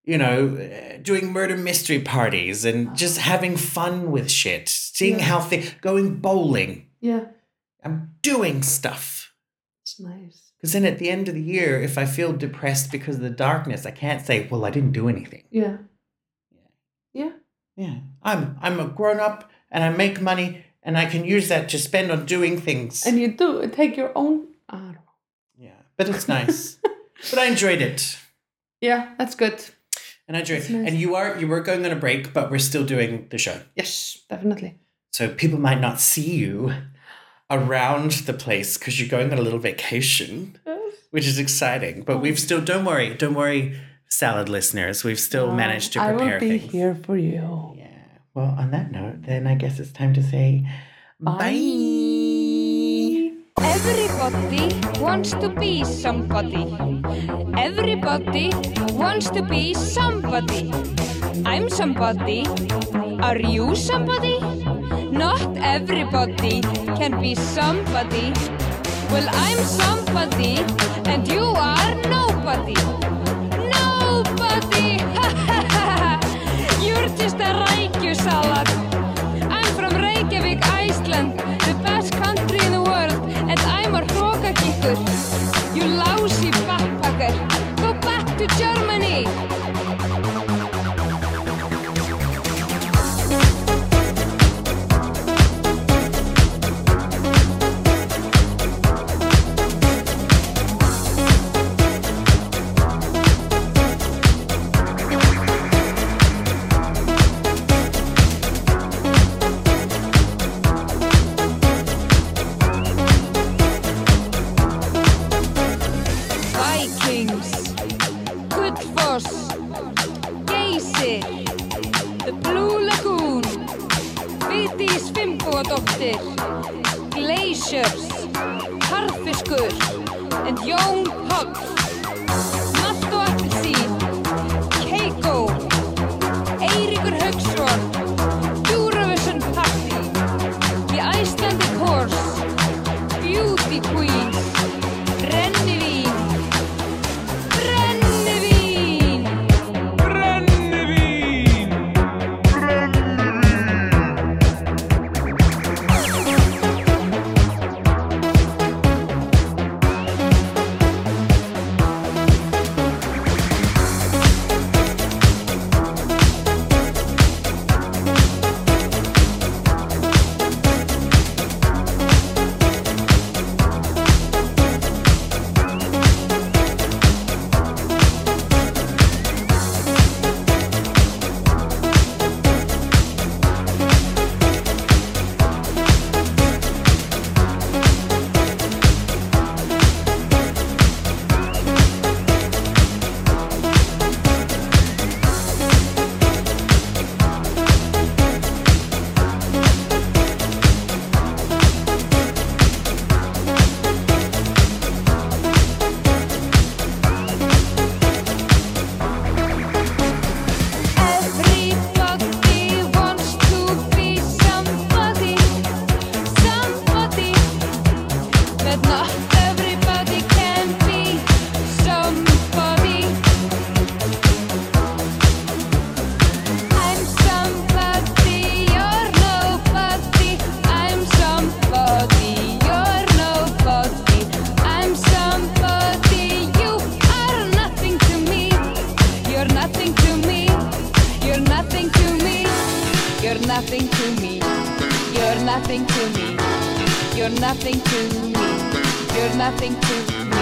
Speaker 1: you know uh, doing murder mystery parties and just having fun with shit, seeing
Speaker 2: Yeah.
Speaker 1: how things going bowling.
Speaker 2: Yeah,
Speaker 1: I'm doing stuff.
Speaker 2: it's nice.
Speaker 1: Because then at the end of the year, if I feel depressed because of the darkness, I can't say, well, I didn't do anything.
Speaker 2: Yeah. Yeah.
Speaker 1: Yeah. I'm I'm a grown up and I make money and I can use that to spend on doing things.
Speaker 2: And you do take your own. I don't know.
Speaker 1: yeah. But it's nice. but I enjoyed it.
Speaker 2: Yeah, that's good.
Speaker 1: And I enjoyed
Speaker 2: It's nice.
Speaker 1: And you are you were going on a break, but we're still doing the show.
Speaker 2: Yes, definitely.
Speaker 1: So people might not see you around the place because you're going on a little vacation,
Speaker 2: Yes.
Speaker 1: which is exciting. But we've still don't worry, don't worry, salad listeners. We've still managed to
Speaker 2: I will
Speaker 1: prepare
Speaker 2: be
Speaker 1: things.
Speaker 2: here for you.
Speaker 1: Yeah. Well, on that note, then I guess it's time to say bye.
Speaker 4: Everybody wants to be somebody. Everybody wants to be somebody. I'm somebody. Are you somebody? Not everybody can be somebody. Well, I'm somebody, and you are nobody. Nobody! You're just a Reykju salad. I'm from Reykjavik, Iceland, the best country in the world, and I'm a hrókakíkur. You lousy backpacker. Go back to Germany! Vikings, Gullfoss, Geysi, The Blue Lagoon, Vigdís Finnbogadóttir, Glaciers, Harfiskur, and Jón Högg, Matt og Appelsín, Keiko, Eiríkur Haugsson, Eurovision Party, The Icelandic Horse, Beauty Queens, Brennivín, Brennivín Everybody wants to be somebody, somebody, but not everybody can be somebody. I'm somebody, you're nobody. I'm somebody, you're nobody. I'm somebody, you are nothing to me. You're nothing to me. You're nothing to me. You're nothing to me. You're nothing to me. You're nothing to me. You're nothing to me.